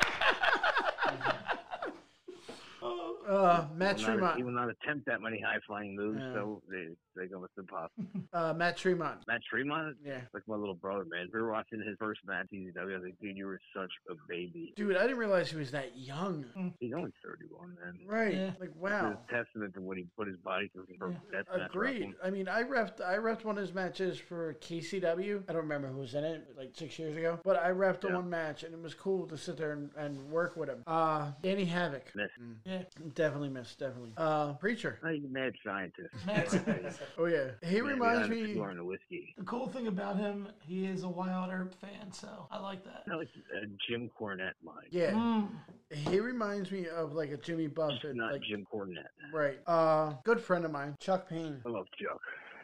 Speaker 3: Oh.
Speaker 4: Uh, Matt
Speaker 5: he will not- He
Speaker 4: Tremont.
Speaker 5: will not attempt that many high flying moves,
Speaker 4: Yeah.
Speaker 5: so they they go with the pop.
Speaker 4: Uh, Matt Tremont.
Speaker 5: Matt Tremont,
Speaker 4: Yeah.
Speaker 5: like my little brother, man. We were watching his first match ECW. I was like, dude, you were such a baby.
Speaker 4: Dude, I didn't realize he was that young.
Speaker 5: He's only 31, man.
Speaker 4: Right.
Speaker 3: Yeah.
Speaker 4: Like
Speaker 5: It's
Speaker 4: wow.
Speaker 5: a testament to what he put his body through for that match
Speaker 4: Agreed.
Speaker 5: wrestling.
Speaker 4: I mean, I refed I refed one of his matches for KCW. I don't remember who was in it, like six years ago. But I refed the
Speaker 5: Yeah.
Speaker 4: one match, and it was cool to sit there and, and work with him. Uh, Danny Havoc,
Speaker 5: Miss.
Speaker 3: Yeah.
Speaker 4: definitely missed, definitely. Uh, Preacher.
Speaker 5: Like a mad scientist.
Speaker 3: Matt's-
Speaker 4: Oh yeah, he
Speaker 5: Man,
Speaker 4: reminds
Speaker 5: we got him
Speaker 4: me.
Speaker 5: exploring the whiskey.
Speaker 3: The cool thing about him, he is a Wild Earp fan, so I like that.
Speaker 5: That was a Jim Cornette mind.
Speaker 4: Yeah,
Speaker 3: Mm.
Speaker 4: he reminds me of like a Jimmy Buffett,
Speaker 5: Not
Speaker 4: like
Speaker 5: Jim Cornette.
Speaker 4: right. Uh, good friend of mine, Chuck Payne.
Speaker 5: I love Chuck.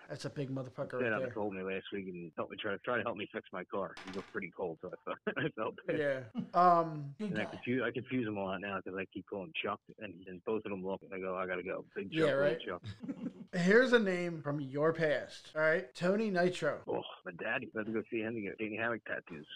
Speaker 4: That's a big motherfucker
Speaker 5: Dad
Speaker 4: right
Speaker 5: out
Speaker 4: there.
Speaker 5: told me last week and helped me try to try to help me fix my car. He was pretty cold, so I felt, I felt bad.
Speaker 4: Yeah. Um,
Speaker 3: Good
Speaker 5: And I
Speaker 3: guy.
Speaker 5: confuse I confuse them a lot now because I keep calling Chuck, and, and both of them look and I go, I gotta go. Big Chuck,
Speaker 4: Yeah,
Speaker 5: little
Speaker 4: right.
Speaker 5: Chuck.
Speaker 4: here's a name from your past. All right, Tony Nitro.
Speaker 5: Oh, my daddy. Let's go see him to get Danny Havoc tattoos.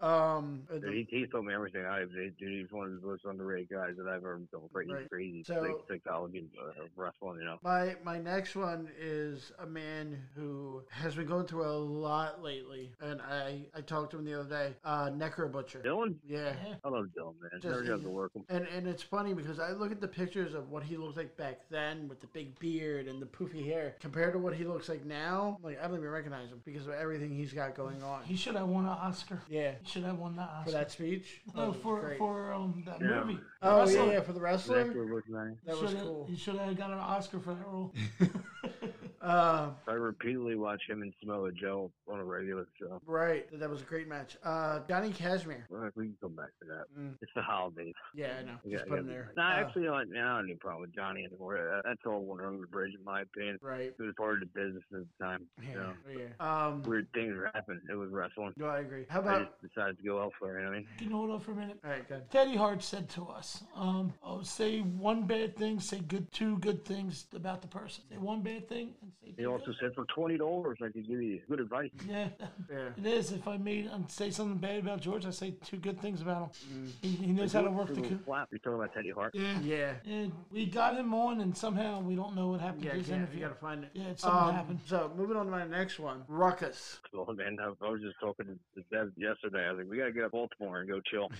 Speaker 4: Um,
Speaker 5: Dude, he, he told me everything. I dude, he's one of the most underrated guys that I've ever done. Crazy,
Speaker 4: Right.
Speaker 5: crazy
Speaker 4: So-
Speaker 5: psych- psychology of uh, wrestling. You know,
Speaker 4: My my next one is a man who has been going through a lot lately, and I I talked to him the other day. Uh, Necro Butcher.
Speaker 5: Dylan.
Speaker 4: Yeah.
Speaker 5: I love Dylan, man.
Speaker 4: Just-
Speaker 5: Never got to work him.
Speaker 4: And, and it's funny because I look at the pictures of what he looked like back then with the big beard and the poofy hair compared to what he looks like now. Like I don't even recognize him because of everything he's got going on.
Speaker 3: He should have won an Oscar.
Speaker 4: Yeah,
Speaker 3: He should have won that Oscar.
Speaker 4: for that speech.
Speaker 3: no,
Speaker 4: was
Speaker 3: for
Speaker 4: Oh, great.
Speaker 3: for um that
Speaker 5: Yeah.
Speaker 3: movie.
Speaker 4: oh
Speaker 3: Wrestler.
Speaker 4: yeah, yeah, for the
Speaker 5: Exactly
Speaker 4: wrestler.
Speaker 5: what it was, man.
Speaker 4: That was
Speaker 3: Shoulda-
Speaker 4: cool.
Speaker 3: He should have got an Oscar for that role.
Speaker 4: Uh,
Speaker 5: I repeatedly watch him and Samoa Joe on a regular show.
Speaker 4: right, that was a great match. Uh, Johnny Cashmere.
Speaker 5: Well, we can come back to that.
Speaker 4: Mm.
Speaker 5: It's the holidays.
Speaker 4: Yeah, I know.
Speaker 5: We
Speaker 4: Just
Speaker 5: gotta
Speaker 4: put him
Speaker 5: get-
Speaker 4: there.
Speaker 5: No,
Speaker 4: Uh,
Speaker 5: actually, I I don't have any problem with Johnny anymore. Uh, That's all water under the bridge, in my opinion.
Speaker 4: Right.
Speaker 5: It was part of the business at the time. You
Speaker 4: Yeah.
Speaker 5: know,
Speaker 4: yeah. Um,
Speaker 5: weird things happened. It was wrestling.
Speaker 4: No, I agree. How
Speaker 5: I
Speaker 4: about?
Speaker 5: just decided to go elsewhere. You know what I mean?
Speaker 3: Can you hold on for a minute?
Speaker 4: All right, good.
Speaker 3: Teddy Hart said to us, um, "Oh, say one bad thing, say good two good things about the person. Say one bad thing and say." Two
Speaker 5: He also
Speaker 3: good-
Speaker 5: said for twenty dollars, I could give you good advice.
Speaker 3: yeah,
Speaker 4: Yeah.
Speaker 3: it is. If I made and say something bad about George, I say two good things about
Speaker 4: Mm.
Speaker 3: him. He, he knows how to work the.
Speaker 5: Little
Speaker 3: co-
Speaker 5: flap. You're talking about Teddy Hart.
Speaker 3: Yeah.
Speaker 4: Yeah.
Speaker 3: And we got him on, and somehow we don't know what happened
Speaker 4: Yeah,
Speaker 3: to
Speaker 4: you
Speaker 3: his
Speaker 4: gotta, you
Speaker 3: interview.
Speaker 4: gotta find it.
Speaker 3: Yeah, it's something
Speaker 4: Um,
Speaker 3: happened.
Speaker 4: So moving on to my next one, Ruckus.
Speaker 5: Well, Oh, man, I I was just talking to the Dev yesterday. I was like, we gotta get up Baltimore and go chill.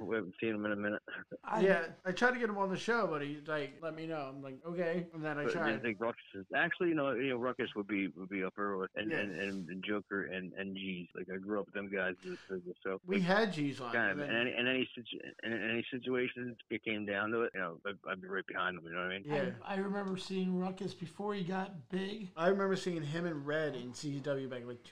Speaker 5: we haven't seen him in a minute.
Speaker 3: I,
Speaker 4: yeah, I tried to get him on the show, but he like let me know. I'm like, okay, and then I
Speaker 5: But I
Speaker 4: tried.
Speaker 5: think Ruckus is actually, you know, you know, Ruckus would be would be up there with and,
Speaker 4: Yes.
Speaker 5: and, and, and Joker and and G's. Like I grew up with them guys. So
Speaker 4: we had G's on.
Speaker 5: kind
Speaker 4: and
Speaker 5: of in
Speaker 4: then-
Speaker 5: any in any, situ- in any situation it came down to it, you know, I'd, I'd be right behind them. You know what I mean?
Speaker 4: yeah,
Speaker 3: I remember seeing Ruckus before he got big.
Speaker 4: I remember seeing him in red in CW back in, like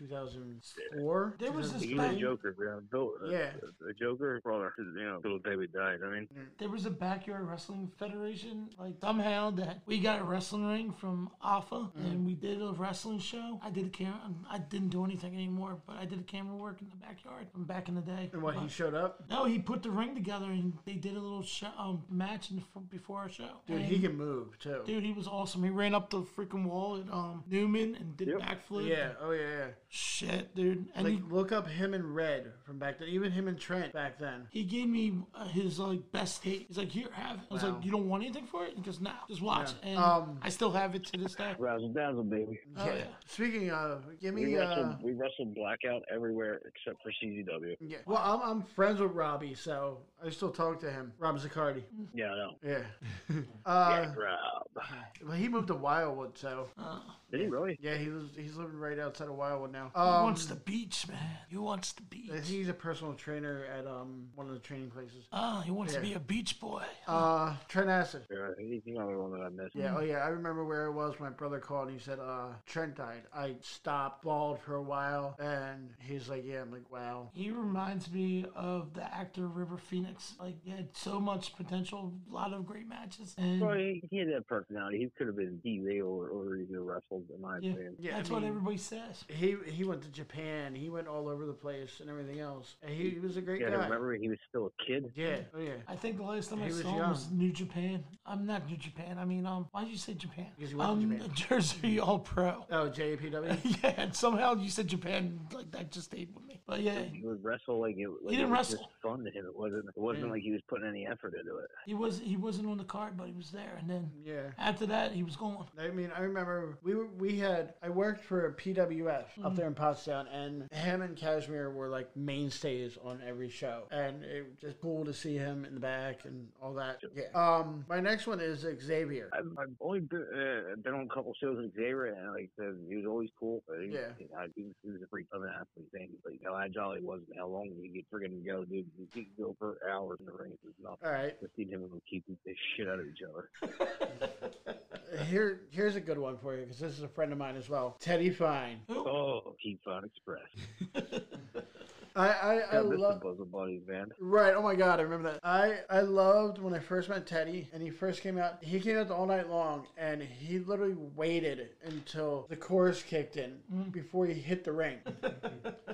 Speaker 4: 2004.
Speaker 3: There was this
Speaker 5: He's
Speaker 3: Right.
Speaker 5: a Joker, you know, Bill, uh,
Speaker 4: Yeah.
Speaker 5: a Joker brother, you know, little David died. I mean,
Speaker 3: There was a
Speaker 4: Mm.
Speaker 3: backyard wrestling federation, like somehow that we got a wrestling ring from Alpha, and and we did a wrestling show. I did a camera. I didn't do anything anymore, but I did camera work in the backyard from back in the day.
Speaker 4: And what, he
Speaker 3: But-
Speaker 4: showed up?
Speaker 3: no, he put the ring together and they did a little show, um, match in the, fr- before our show.
Speaker 4: Dude,
Speaker 3: And-
Speaker 4: he can move, too.
Speaker 3: Dude, he was awesome. He ran up the freaking wall at um, Newman and did backflip.
Speaker 4: Yeah, oh yeah, yeah.
Speaker 3: Shit, dude. And
Speaker 4: Like,
Speaker 3: he,
Speaker 4: look up him and Red from back then. Even him and Trent back then.
Speaker 3: he gave me uh, his like best tape. He's like, here, have it. I was
Speaker 4: Wow.
Speaker 3: like, you don't want anything for it? He goes, nah, just watch. it. And
Speaker 4: Um,
Speaker 3: I still have it to this day.
Speaker 5: Razzle dazzle, baby.
Speaker 3: Oh, yeah.
Speaker 4: Speaking of, give
Speaker 5: We
Speaker 4: me. Uh,
Speaker 5: wrestled, we wrestled blackout everywhere except for CZW.
Speaker 4: yeah. Well, I'm, I'm friends with Robbie, so I still talk to him. Rob Zaccardi.
Speaker 3: Mm.
Speaker 5: Yeah, I know.
Speaker 4: Yeah. uh,
Speaker 5: Yeah, Rob.
Speaker 4: Well, he moved to Wildwood, so
Speaker 5: Did he really?
Speaker 4: yeah, he lives. He's living right outside of Wildwood now.
Speaker 3: He
Speaker 4: Um,
Speaker 3: wants the beach, man. He wants the beach.
Speaker 4: I think he's a personal trainer at um one of the training places.
Speaker 3: Ah, he wants
Speaker 4: Yeah.
Speaker 3: to be a beach boy.
Speaker 4: Uh, Trent Acid.
Speaker 5: Sure. He's the only one that I missed.
Speaker 3: Hmm.
Speaker 4: Yeah, oh yeah, I remember where it was. My brother called and he said, "Uh, Trent died." I stopped, bawled for a while, and he's like, "Yeah." I'm like, "Wow."
Speaker 3: He reminds me of the actor River Phoenix. Like, he had so much potential, a lot of great matches. And
Speaker 5: Well,
Speaker 4: Mm.
Speaker 5: he, he had that personality. He could have been DJ or, or even wrestled, in my
Speaker 3: Yeah.
Speaker 5: opinion.
Speaker 4: Yeah, I
Speaker 3: that's what
Speaker 4: mean,
Speaker 3: everybody says.
Speaker 4: He he went to Japan. He went all over the place and everything else. And he, he was a great
Speaker 5: Yeah, I
Speaker 4: guy.
Speaker 5: remember he was still a kid.
Speaker 4: Yeah, oh yeah,
Speaker 3: I think the last time
Speaker 4: He
Speaker 3: I
Speaker 4: was
Speaker 3: saw him
Speaker 4: young.
Speaker 3: was New Japan. I'm not New Japan. I mean, um, why did you say Japan?
Speaker 4: Because he went to
Speaker 3: Um,
Speaker 4: Japan.
Speaker 3: Jersey All Pro.
Speaker 4: Oh, JPW.
Speaker 3: yeah, and somehow you said Japan. Like that just stayed with me. But yeah,
Speaker 5: He would wrestle like it, like
Speaker 3: didn't
Speaker 5: it was
Speaker 3: wrestle.
Speaker 5: just fun to him. It wasn't. It wasn't
Speaker 4: Yeah.
Speaker 5: like he was putting any effort into it.
Speaker 3: he was he wasn't on the card, but he was there. And then
Speaker 4: yeah.
Speaker 3: after that, he was gone.
Speaker 4: I mean, I remember we were, we had I worked for a PWF up there in Pottstown, and him and Kashmir were like mainstays on every show, and it was just cool to see him in the back and all that. Yeah. Um, my next one is Xavier.
Speaker 5: I've, I've only been, uh, been on a couple shows with Xavier, and like I said, he was always cool. But he,
Speaker 4: Yeah.
Speaker 5: you know, he, was, he was a freak of an athlete. Thing, like how agile he was, and how long he could friggin' go, dude. He could go for hours in the ring. It was nothing.
Speaker 4: All right,
Speaker 5: Just seeing him and keep the shit out of each other.
Speaker 4: here here's a good one for you because this is a friend of mine as well, Teddy Fine.
Speaker 5: Oh, Keep Fun Express.
Speaker 4: I I, I
Speaker 5: I miss
Speaker 4: love.
Speaker 5: the Buzzle Buddies, man.
Speaker 4: Right. Oh my God, I remember that. I I loved when I first met Teddy, and he first came out. He came out all night long, and he literally waited until the chorus kicked in
Speaker 5: Mm-hmm.
Speaker 4: before he hit the ring.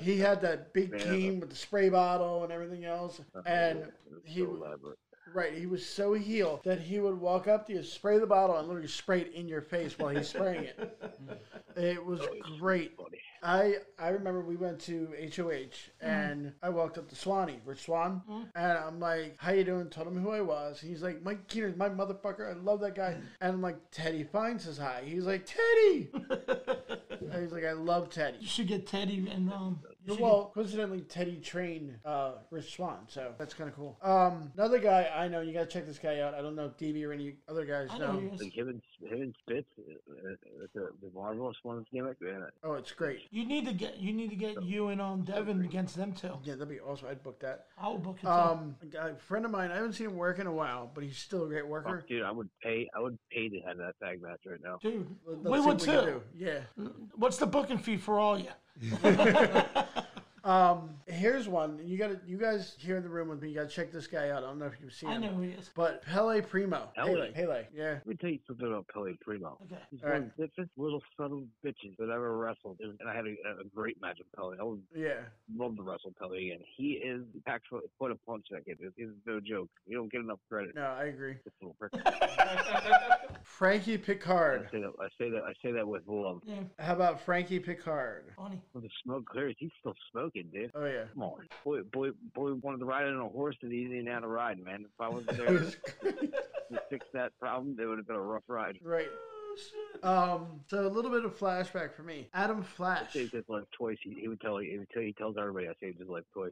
Speaker 4: he had that big
Speaker 5: Yeah.
Speaker 4: team with the spray bottle and everything else, and
Speaker 5: It was
Speaker 4: he
Speaker 5: so elaborate.
Speaker 4: right he was so heel that he would walk up to you, spray the bottle, and literally spray it in your face while he's spraying it. It was great.
Speaker 5: Funny.
Speaker 4: I I remember we went to HOH and I walked up to Swanee, Rich Swan, and I'm like, "How you doing?" Told him who I was. He's like, "Mike Keener, my motherfucker. I love that guy." And I'm like, "Teddy Fine says hi." He's like, "Teddy." and he's like, "I love Teddy."
Speaker 3: You should get Teddy and um. you should
Speaker 4: Well, coincidentally, Teddy trained uh, Rich Swan, so that's kind of cool. Um, another guy I know, you gotta check this guy out. I don't know if DB or any other guys
Speaker 3: get- I
Speaker 4: know.
Speaker 3: know he is.
Speaker 5: Like him and him and Spitz, uh, uh, the, the marvelous ones gimmick. Man,
Speaker 4: Oh, it's great.
Speaker 3: You need to get you need to get you and um Devin against them two.
Speaker 4: Yeah, that'd be awesome. I'd book that.
Speaker 3: I will book it. too.
Speaker 4: Um, a guy- friend of mine, I haven't seen him work in a while, but he's still a great
Speaker 5: fuck,
Speaker 4: worker.
Speaker 5: dude, I would pay. I would pay to have that tag match right now.
Speaker 3: Dude,
Speaker 4: Let's
Speaker 3: we
Speaker 4: see
Speaker 3: would
Speaker 4: what can
Speaker 3: too.
Speaker 4: do. Yeah.
Speaker 3: What's the booking fee for all you?
Speaker 4: Um, Here's one. You got to you guys here in the room with me. You got to check this guy out. I don't know if you've seen
Speaker 3: I
Speaker 4: him.
Speaker 3: know who he is.
Speaker 4: But Pele Primo.
Speaker 5: Pele.
Speaker 4: Pele. Pele. Yeah.
Speaker 5: Let me tell you something about Pele Primo.
Speaker 3: Okay.
Speaker 5: He's
Speaker 4: All
Speaker 5: one
Speaker 4: right.
Speaker 5: of the biggest little son of a bitches that I ever wrestled, and and I had a, a great match with Pele. I would
Speaker 4: Yeah.
Speaker 5: love to wrestle Pele again. He is packed full full of punch. That kid is is no joke. You don't get enough credit.
Speaker 4: No, I agree.
Speaker 5: This little prick.
Speaker 4: Frankie
Speaker 5: I
Speaker 4: Picard.
Speaker 5: say that. I say that. I say that with love.
Speaker 3: Yeah,
Speaker 4: How about Frankie Picard?
Speaker 3: funny.
Speaker 5: When the smoke clears, he's still smoking, dude.
Speaker 4: Oh yeah.
Speaker 5: Come on, boy, boy, boy wanted to ride on a horse that he didn't even know how to ride, man. If I wasn't there to fix that problem, it would have been a rough ride.
Speaker 4: Right. Um. So a little bit of flashback for me. Adam Flash.
Speaker 5: Saved his life twice. He, he would tell you. He would tell you. He tells everybody I saved his life twice.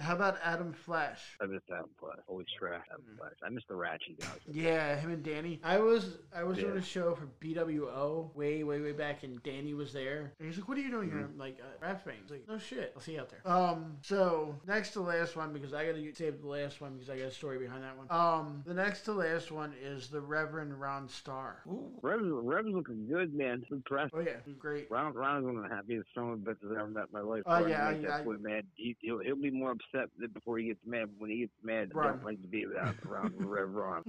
Speaker 4: How about Adam Flash?
Speaker 5: I missed that flash. Holy crap, that flash. I missed the Ratchet guys.
Speaker 4: Yeah, him and Danny. I was I was doing
Speaker 5: Yeah.
Speaker 4: a show for BWO way way way back, and Danny was there. And he's like, "What are you doing here?" I'm like, uh, "Rap thing." He's like, "No shit, I'll see you out there." Um, so next to last one because I gotta u- save the last one because I got a story behind that one. Um, the next to last one is the Reverend Ron Starr.
Speaker 5: Rev's, Rev's looking good, man. I'm impressed.
Speaker 4: Oh yeah, he's great.
Speaker 5: Ronald, Ronald's one of the happiest son of a bitches I've ever met in my life.
Speaker 4: Oh,
Speaker 5: Boy,
Speaker 4: yeah,
Speaker 5: he makes
Speaker 4: I-
Speaker 5: that
Speaker 4: I-
Speaker 5: boy mad. He, he'll, he'll be more upset than before he gets mad. When he gets mad, I
Speaker 4: Right.
Speaker 5: don't like to be around, around Rev Ron.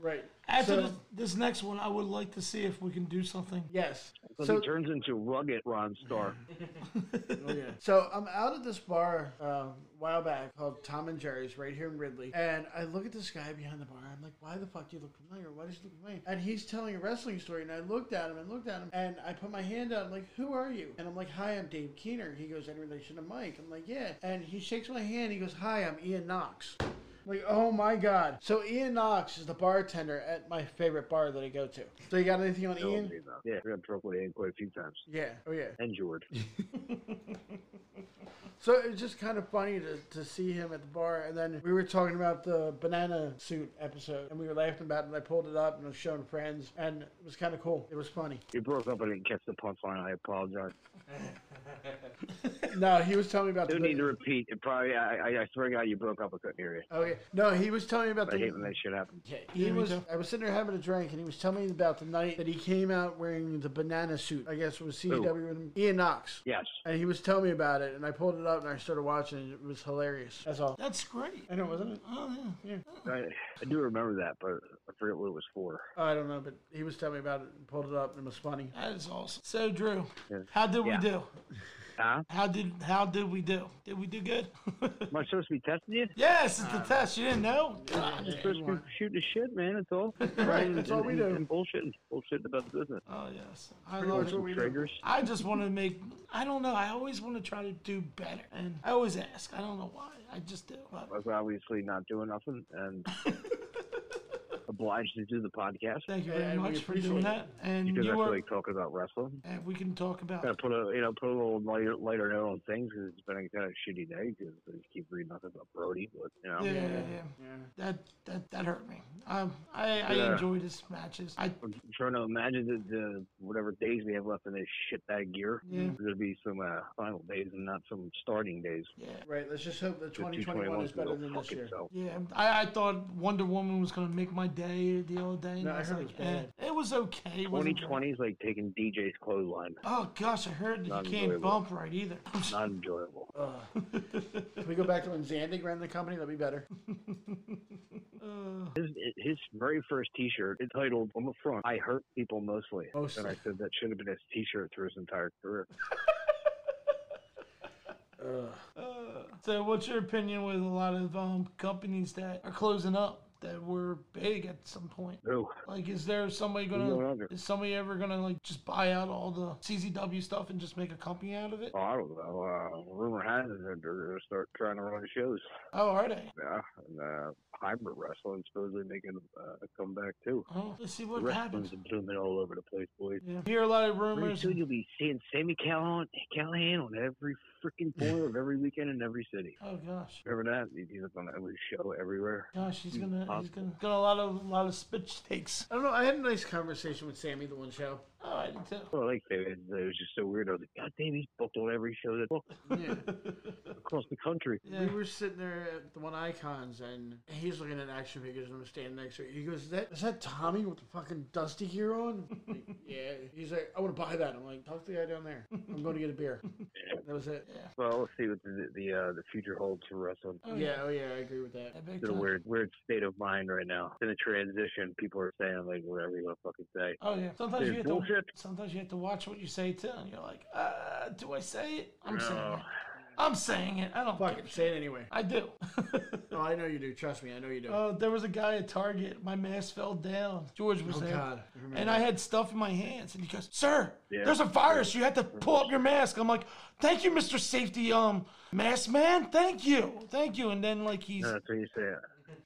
Speaker 4: Right.
Speaker 3: After
Speaker 4: So-
Speaker 3: this, this next one, I would like to see if we can do something.
Speaker 4: Yes.
Speaker 5: So,
Speaker 4: So-
Speaker 5: he turns into rugged Ron Star.
Speaker 4: Oh, yeah. So I'm out at this bar um, a while back called Tom and Jerry's right here in Ridley, and I look at this guy behind the bar. I'm like, why the fuck do you look familiar? Why does he look familiar? And he's telling a wrestling story, and I looked at him and looked at him, and I put my hand out. I'm like, who are you? And I'm like, hi, I'm Dave Keener. He goes, any relation to Mike? I'm like, yeah. And he shakes my hand. He goes, hi, I'm Ian Knox. Like, oh my God. So Ian Knox is the bartender at my favorite bar that I go to. So you got anything on Ian?
Speaker 5: Yeah, we got broke with Ian quite a few times.
Speaker 4: Yeah. Oh, yeah.
Speaker 5: And Jord.
Speaker 4: So it was just kind of funny to, to see him at the bar. And then we were talking about the banana suit episode, and we were laughing about it. And I pulled it up and I was showing friends, and it was kind of cool. It was funny.
Speaker 5: You broke up. I didn't catch the punchline. I apologize.
Speaker 4: No, he was telling me about
Speaker 5: No
Speaker 4: the.
Speaker 5: need to repeat. It probably. I, I, I swear to God, you broke up. I couldn't hear you.
Speaker 4: Oh yeah, no, he was telling me about
Speaker 5: I hate when
Speaker 4: the.
Speaker 5: that shit happens.
Speaker 4: Okay, He
Speaker 3: me
Speaker 4: was.
Speaker 3: too.
Speaker 4: I was sitting there having a drink, and he was telling me about the night that he came out wearing the banana suit. I guess it was CW and Ian Knox.
Speaker 5: Yes.
Speaker 4: And he was telling me about it, and I pulled it up and I started watching. and It was hilarious. That's all.
Speaker 3: That's great.
Speaker 4: I know, wasn't it?
Speaker 3: Oh, yeah.
Speaker 5: I, I do remember that, but I forget what it was for.
Speaker 4: Oh, I don't know, but he was telling me about it and pulled it up, and it was funny.
Speaker 3: That is awesome. So Drew,
Speaker 5: Yeah.
Speaker 3: how did
Speaker 5: Yeah.
Speaker 3: we do?
Speaker 5: Huh?
Speaker 3: How did how did we do? Did we do good?
Speaker 5: Am I supposed to be testing you?
Speaker 3: yes,
Speaker 4: Uh,
Speaker 3: it's the test. You didn't know?
Speaker 5: I'm just supposed to be shooting the shit, man. That's all. Right. That's
Speaker 4: all we do.
Speaker 5: And, and bullshitting. Bullshitting about the business.
Speaker 3: Oh yes. I
Speaker 4: Pretty
Speaker 3: love
Speaker 4: much what we do.
Speaker 5: Triggers.
Speaker 3: I just want to make. I don't know. I always want to try to do better, and I always ask. I don't know why. I just do. But
Speaker 5: I was obviously not doing nothing and obliged to do the podcast
Speaker 3: thank you
Speaker 4: Yeah,
Speaker 3: very
Speaker 4: and we
Speaker 3: much for
Speaker 4: appreciate
Speaker 3: doing
Speaker 4: it.
Speaker 3: that. And
Speaker 5: because I
Speaker 3: you
Speaker 5: feel
Speaker 3: are.
Speaker 5: like talking about wrestling.
Speaker 3: and we can talk about.
Speaker 5: Gotta put a you know put a little lighter lighter note on things because it's been a kind of shitty day because I just keep reading nothing about Brody, but you know
Speaker 3: Yeah, yeah, yeah. That that that hurt me. Um, I I
Speaker 5: Yeah.
Speaker 3: enjoy these matches. I
Speaker 5: I'm trying to imagine the, the whatever days we have left in this shitbag year.
Speaker 3: Yeah.
Speaker 5: There's gonna be some uh, final days and not some starting days.
Speaker 3: yeah.
Speaker 4: Right. Let's just hope that
Speaker 5: The
Speaker 4: 2021 is
Speaker 5: 221's gonna
Speaker 4: better
Speaker 5: go
Speaker 4: than
Speaker 5: fuck
Speaker 4: this year.
Speaker 5: itself.
Speaker 3: Yeah, I, I thought Wonder Woman was gonna make my day the other day. and
Speaker 4: No, I
Speaker 3: was
Speaker 4: heard it
Speaker 3: like,
Speaker 4: was bad.
Speaker 3: eh. It was okay. It wasn't great.
Speaker 5: 2020 is like taking DJ's clothesline.
Speaker 3: Oh gosh, I heard that
Speaker 5: Not
Speaker 3: you can't
Speaker 5: enjoyable.
Speaker 3: bump right either.
Speaker 5: Not enjoyable.
Speaker 4: If we go back to when Zandig ran the company, that'd be better.
Speaker 5: His, his very first T-shirt, entitled "On the Front," I hurt people mostly,
Speaker 4: Mostly.
Speaker 5: and I said that should have been his T-shirt through his entire career.
Speaker 3: So, what's your opinion with a lot of um, companies that are closing up that were big at some point?
Speaker 5: Ooh,
Speaker 3: Like, is there somebody
Speaker 5: going
Speaker 3: gonna?
Speaker 5: under.
Speaker 3: Is somebody ever gonna like just buy out all the CZW stuff and just make a company out of it?
Speaker 5: oh, I don't know. Uh, rumor has it that they're gonna start trying to run shows.
Speaker 3: Oh, are they?
Speaker 5: Yeah, and uh, hybrid wrestling supposedly making uh, a comeback too.
Speaker 3: Oh, let's see what happens.
Speaker 5: Wrestling's blooming all over the place, boys.
Speaker 3: Yeah. Hear a lot of
Speaker 5: Pretty
Speaker 3: rumors.
Speaker 5: soon you'll be seeing Sammy Callahan, Callahan on every freaking corner of every weekend in every city.
Speaker 3: Oh gosh,
Speaker 5: Remember that? He- He's up on every show everywhere.
Speaker 3: gosh, he's gonna, he's
Speaker 5: Hmm, Possible.
Speaker 3: gonna, gonna a lot of, lot of spit takes.
Speaker 4: I don't know. I had a nice conversation with Sammy the one show.
Speaker 3: Oh, I did too.
Speaker 5: Oh, I like David. It was just so weird. I was like, God damn, he's booked on every show that's booked
Speaker 4: Yeah.
Speaker 5: across the country.
Speaker 3: Yeah.
Speaker 4: we were sitting there at the one icons, and he's looking at action figures, and I'm standing next to it. He goes, "Is that is that Tommy with the fucking dusty gear on?" Like, yeah. He's like, "I want to buy that." I'm like, "Talk to the guy down there. I'm going to get a beer." That was it.
Speaker 5: Well, let's see what the the, uh, the future holds for wrestling.
Speaker 3: Oh,
Speaker 4: Yeah. Oh yeah, I agree with that.
Speaker 3: That big
Speaker 5: It's in a
Speaker 3: time.
Speaker 5: weird, weird state of mind right now. It's in a transition. People are saying like whatever you want to fucking say.
Speaker 3: Oh yeah. Sometimes
Speaker 5: Dude,
Speaker 3: you have
Speaker 5: bullshit.
Speaker 3: to. Sometimes you have to watch what you say too. And you're like, uh, do I say it? I'm saying
Speaker 5: Oh.
Speaker 3: it. I'm saying it. I don't.
Speaker 4: Fuck
Speaker 3: give a
Speaker 4: it.
Speaker 3: shit.
Speaker 4: Say it anyway.
Speaker 3: I do.
Speaker 5: Oh.
Speaker 4: No, I know you do. Trust me, I know you do.
Speaker 3: uh, there was a guy at Target. My mask fell down. George was
Speaker 4: Oh,
Speaker 3: there.
Speaker 4: God, I remember
Speaker 3: and I had stuff in my hands, and he goes, "Sir,
Speaker 5: Yeah.
Speaker 3: there's a virus. You have to pull up your mask." I'm like, "Thank you, Mr. Safety, um, mask man. Thank you, thank you." And then like he's,
Speaker 5: No, that's what you say.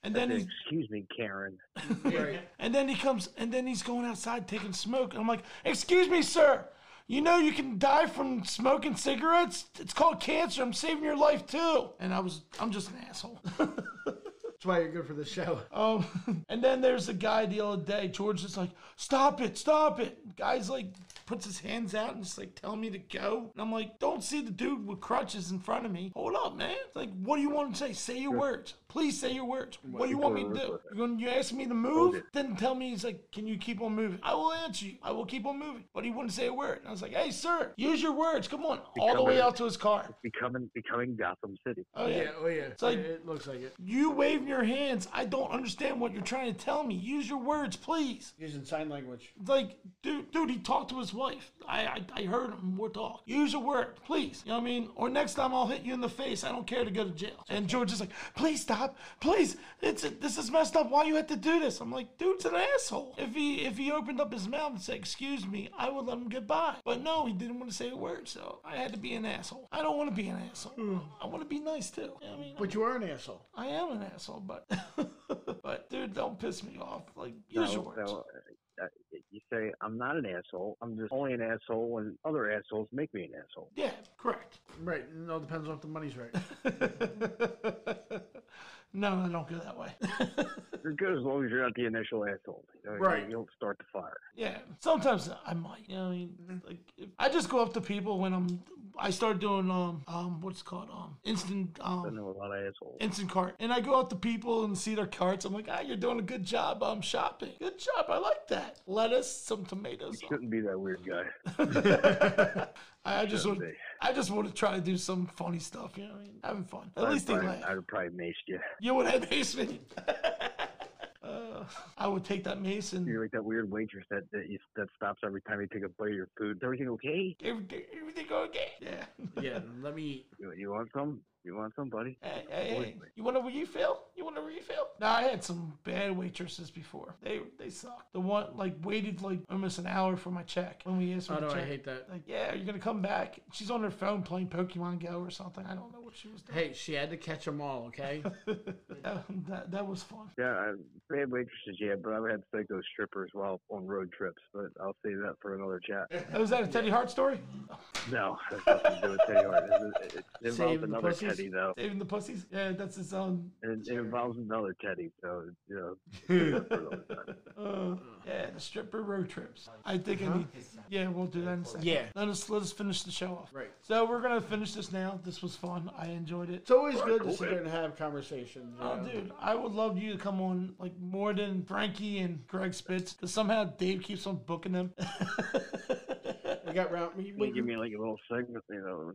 Speaker 3: and then he's,
Speaker 5: Excuse me, Karen.
Speaker 4: Right.
Speaker 3: And then he comes, and then he's going outside taking smoke. And I'm like, Excuse me, sir. You know you can die from smoking cigarettes. It's called cancer. I'm saving your life too. And I was, I'm just an asshole.
Speaker 4: That's why you're good for the show.
Speaker 3: um, and then there's a guy the other day. George is like, Stop it, stop it. Guy's like, puts his hands out and just like telling me to go. And I'm like, Don't see the dude with crutches in front of me. Hold up, man. It's like, what do you want to say? Say your words, Please say your words. What do you want me to do? You're going, you ask me to move, then tell me, he's like, can you keep on moving? I will answer you. I will keep on moving. But he wouldn't say a word. And I was like, hey, sir, use your words. Come on. All the way out to his car.
Speaker 5: Becoming becoming Gotham City.
Speaker 3: Oh, yeah.
Speaker 4: Oh yeah.
Speaker 3: So-
Speaker 4: it, it looks like it.
Speaker 3: You waving your hands. I don't understand what you're trying to tell me. Use your words, please.
Speaker 4: Using sign language.
Speaker 3: Like, dude, dude, he talked to his wife. I, I, I heard him. More talk. Use a word, please. You know what I mean? Or next time I'll hit you in the face. I don't care to go to jail. And George is like, please stop, please. It's this is messed up. Why you had to do this? I'm like, dude's an asshole. If he if he opened up his mouth and said, excuse me, I would let him get by. But no, he didn't want to say a word. So I had to be an asshole. I don't want to be an asshole. I want to be nice too. You know what I mean,
Speaker 4: But you are an asshole.
Speaker 3: I am an asshole, but but dude, don't piss me off. Like, use your words.
Speaker 5: So, uh, uh, you say I'm not an asshole. I'm just only an asshole when other assholes make me an asshole.
Speaker 3: Yeah, correct.
Speaker 4: Right. and It all depends on if the money's right.
Speaker 3: no, I don't go that way.
Speaker 5: It's good as long as you're not the initial asshole. You know,
Speaker 4: Right.
Speaker 5: You'll start the fire.
Speaker 3: yeah, sometimes I might. You know, what I mean, like if, I just go up to people when I'm. I start doing um um what's it called um instant
Speaker 5: I
Speaker 3: um
Speaker 5: know a lot of assholes.
Speaker 3: instant cart, and I go up to people and see their carts. I'm like, ah, you're doing a good job. I'm shopping. Good job. I like that. Lettuce, some tomatoes.
Speaker 5: Shouldn't be that weird guy.
Speaker 3: I, I just want.
Speaker 5: be.
Speaker 3: I just want to try to do some funny stuff. You know, what I mean, having fun. At least they
Speaker 5: I'd,
Speaker 3: laugh.
Speaker 5: probably, I'd probably maced you.
Speaker 3: You would have mace me. Uh, I would take that mace and
Speaker 5: You're like that weird waitress that that, you, that stops every time you take a bite of your food. Is everything okay?
Speaker 3: everything, everything go okay. Yeah.
Speaker 4: yeah. Let me eat.
Speaker 5: You, you want some? You want some, buddy?
Speaker 3: Hey, hey, hey. You want a refill? You want a refill? No, I had some bad waitresses before. They they sucked. The one like waited like almost an hour for my check when we asked for
Speaker 4: Oh
Speaker 3: the
Speaker 4: no, I
Speaker 3: check.
Speaker 4: hate that.
Speaker 3: Like, yeah, are you gonna come back? She's on her phone playing Pokemon Go or something. I don't know what she was doing.
Speaker 4: Hey, she had to catch them all. Okay.
Speaker 3: That, that, that was fun.
Speaker 5: Yeah, I, bad waitresses, yeah, but I've had psycho strippers while on road trips, but I'll save that for another chat.
Speaker 3: Oh, was that a Teddy Hart story?
Speaker 5: No, that's nothing to do with Teddy Hart. It, it, it
Speaker 4: Save
Speaker 5: involves
Speaker 4: the
Speaker 5: another
Speaker 4: pussies.
Speaker 5: Teddy, though.
Speaker 3: Saving the pussies? Yeah, that's his own.
Speaker 5: It, it involves another Teddy, so, you know. save that for another time.
Speaker 3: Uh, yeah, the stripper road trips. I think I need. Yeah, we'll do that in a second.
Speaker 4: Yeah.
Speaker 3: Let us let us finish the show off.
Speaker 4: Right.
Speaker 3: So we're gonna finish this now. This was fun. I enjoyed it.
Speaker 4: It's always good to sit there and have conversations. you
Speaker 3: Oh,
Speaker 4: know?
Speaker 3: dude, I would love you to come on like more than Frankie and Greg Spitz because somehow Dave keeps on booking them.
Speaker 4: We got round. We,
Speaker 5: They
Speaker 4: we,
Speaker 5: give me like a little segment, you know.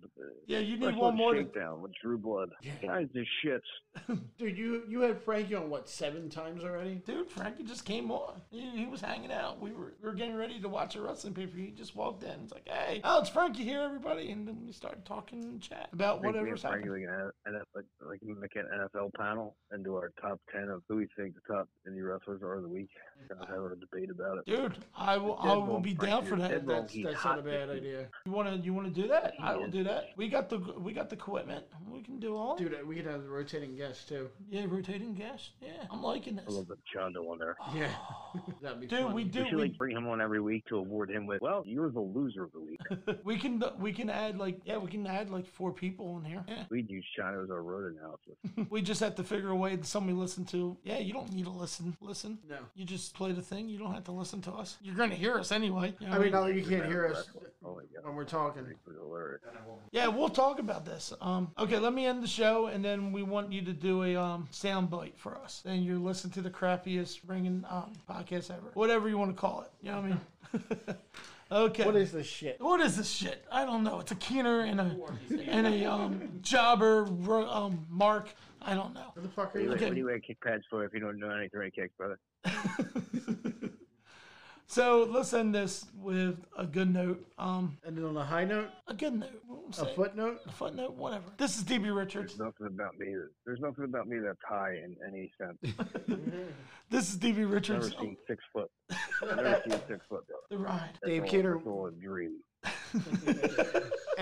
Speaker 3: yeah, you need
Speaker 5: wrestling
Speaker 3: one more. To,
Speaker 5: shakedown with Drew Blood. Guys, this shits.
Speaker 4: dude, you you had Frankie on what seven times already?
Speaker 3: dude, Frankie just came on. He, he was hanging out. We were we were getting ready to watch a wrestling pay per view. He just walked in. It's like, hey, oh, it's Frankie here, everybody, and then we started talking and chat about
Speaker 5: Think me
Speaker 3: whatever's
Speaker 5: and Frankie
Speaker 3: happening.
Speaker 5: like, an N- like, like make an NFL panel and do our top ten of who we think the top indie wrestlers are of the week. Kind of have a debate about it.
Speaker 3: Dude, I will I
Speaker 5: Dead
Speaker 3: will
Speaker 5: wrong
Speaker 3: be
Speaker 5: Frankie
Speaker 3: down for
Speaker 5: is
Speaker 3: that.
Speaker 5: dead wrong.
Speaker 4: That's
Speaker 5: He's
Speaker 4: that's
Speaker 5: hot
Speaker 4: not a bad
Speaker 5: this
Speaker 4: idea,
Speaker 3: You wanna you wanna do that? I will
Speaker 5: is.
Speaker 3: do that. We got the we got the equipment. We can do all.
Speaker 4: dude. We could have the rotating guests too.
Speaker 3: Yeah, rotating gas. Yeah, I'm liking
Speaker 5: I
Speaker 3: this.
Speaker 5: love the Chondo on there.
Speaker 4: Yeah, that'd be
Speaker 3: Dude,
Speaker 4: fun.
Speaker 3: we do.
Speaker 5: We should
Speaker 3: Oh, we
Speaker 5: like bring him on every week to award him with. Well, you're the loser of the week.
Speaker 3: We can we can add like yeah we can add like four people in here. Yeah.
Speaker 5: We'd use Chondo as our road analysis.
Speaker 3: We just have to figure a way that somebody listen to. Yeah, you don't need to listen. Listen.
Speaker 4: No.
Speaker 3: You just play the thing. You don't have to listen to us. You're gonna hear us anyway. You know
Speaker 4: I
Speaker 3: what
Speaker 4: mean, now that you can't hear us
Speaker 5: Oh my god,
Speaker 4: when we're talking.
Speaker 5: it's hilarious.
Speaker 3: yeah, we'll talk about this. Um, okay, let me end the show, and then we want you to do a um sound bite for us. Then you listen to the crappiest ringing um podcast ever, whatever you want to call it. You know what I mean? okay.
Speaker 4: What is this shit?
Speaker 3: What is this shit? I don't know. It's a Keener and a and a um, jobber ro- um, mark. I don't know.
Speaker 4: What the fuck are you?
Speaker 5: Anyway,
Speaker 3: Okay.
Speaker 5: what do you wear kick pads for if you don't know anything right kicks, brother?
Speaker 3: So let's end this with a good note. Um,
Speaker 4: And then on a high note,
Speaker 3: a good note. What was
Speaker 4: a
Speaker 3: it?
Speaker 4: footnote.
Speaker 3: A footnote. Whatever. This is DB Richards.
Speaker 5: There's nothing about me. That, there's nothing about me that's high in any sense.
Speaker 3: This is DB
Speaker 5: Never
Speaker 3: Richards.
Speaker 5: seen six foot. Never seen six foot. brother.
Speaker 3: The ride.
Speaker 4: Dave
Speaker 5: That's all-
Speaker 4: Kidder.
Speaker 5: that's all a dream.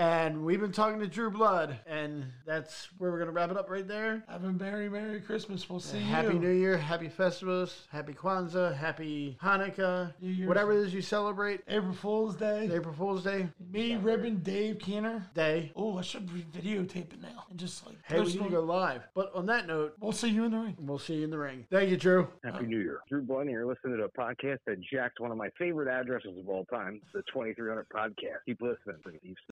Speaker 4: And we've been talking to Drew Blood, and that's where we're gonna wrap it up right there.
Speaker 3: Have a merry, merry Christmas. We'll see
Speaker 4: Happy
Speaker 3: you.
Speaker 4: New Year, Happy Festivus, Happy Kwanzaa, Happy Hanukkah,
Speaker 3: New Year's.
Speaker 4: whatever it is you celebrate.
Speaker 3: April Fool's Day.
Speaker 4: April Fool's Day,
Speaker 3: Me, Ribbon, Dave, Keener.
Speaker 4: day.
Speaker 3: Oh, I should be videotaping now and just like.
Speaker 4: Hey, we
Speaker 3: post
Speaker 4: need to
Speaker 3: on-
Speaker 4: go live. But on that note,
Speaker 3: We'll see you in the ring.
Speaker 4: we'll see you in the ring. Thank you, Drew.
Speaker 3: Oh.
Speaker 5: Happy New Year. Drew Blunt here, listening to a podcast that jacked one of my favorite addresses of all time, the 2300 Podcast. Keep listening, please.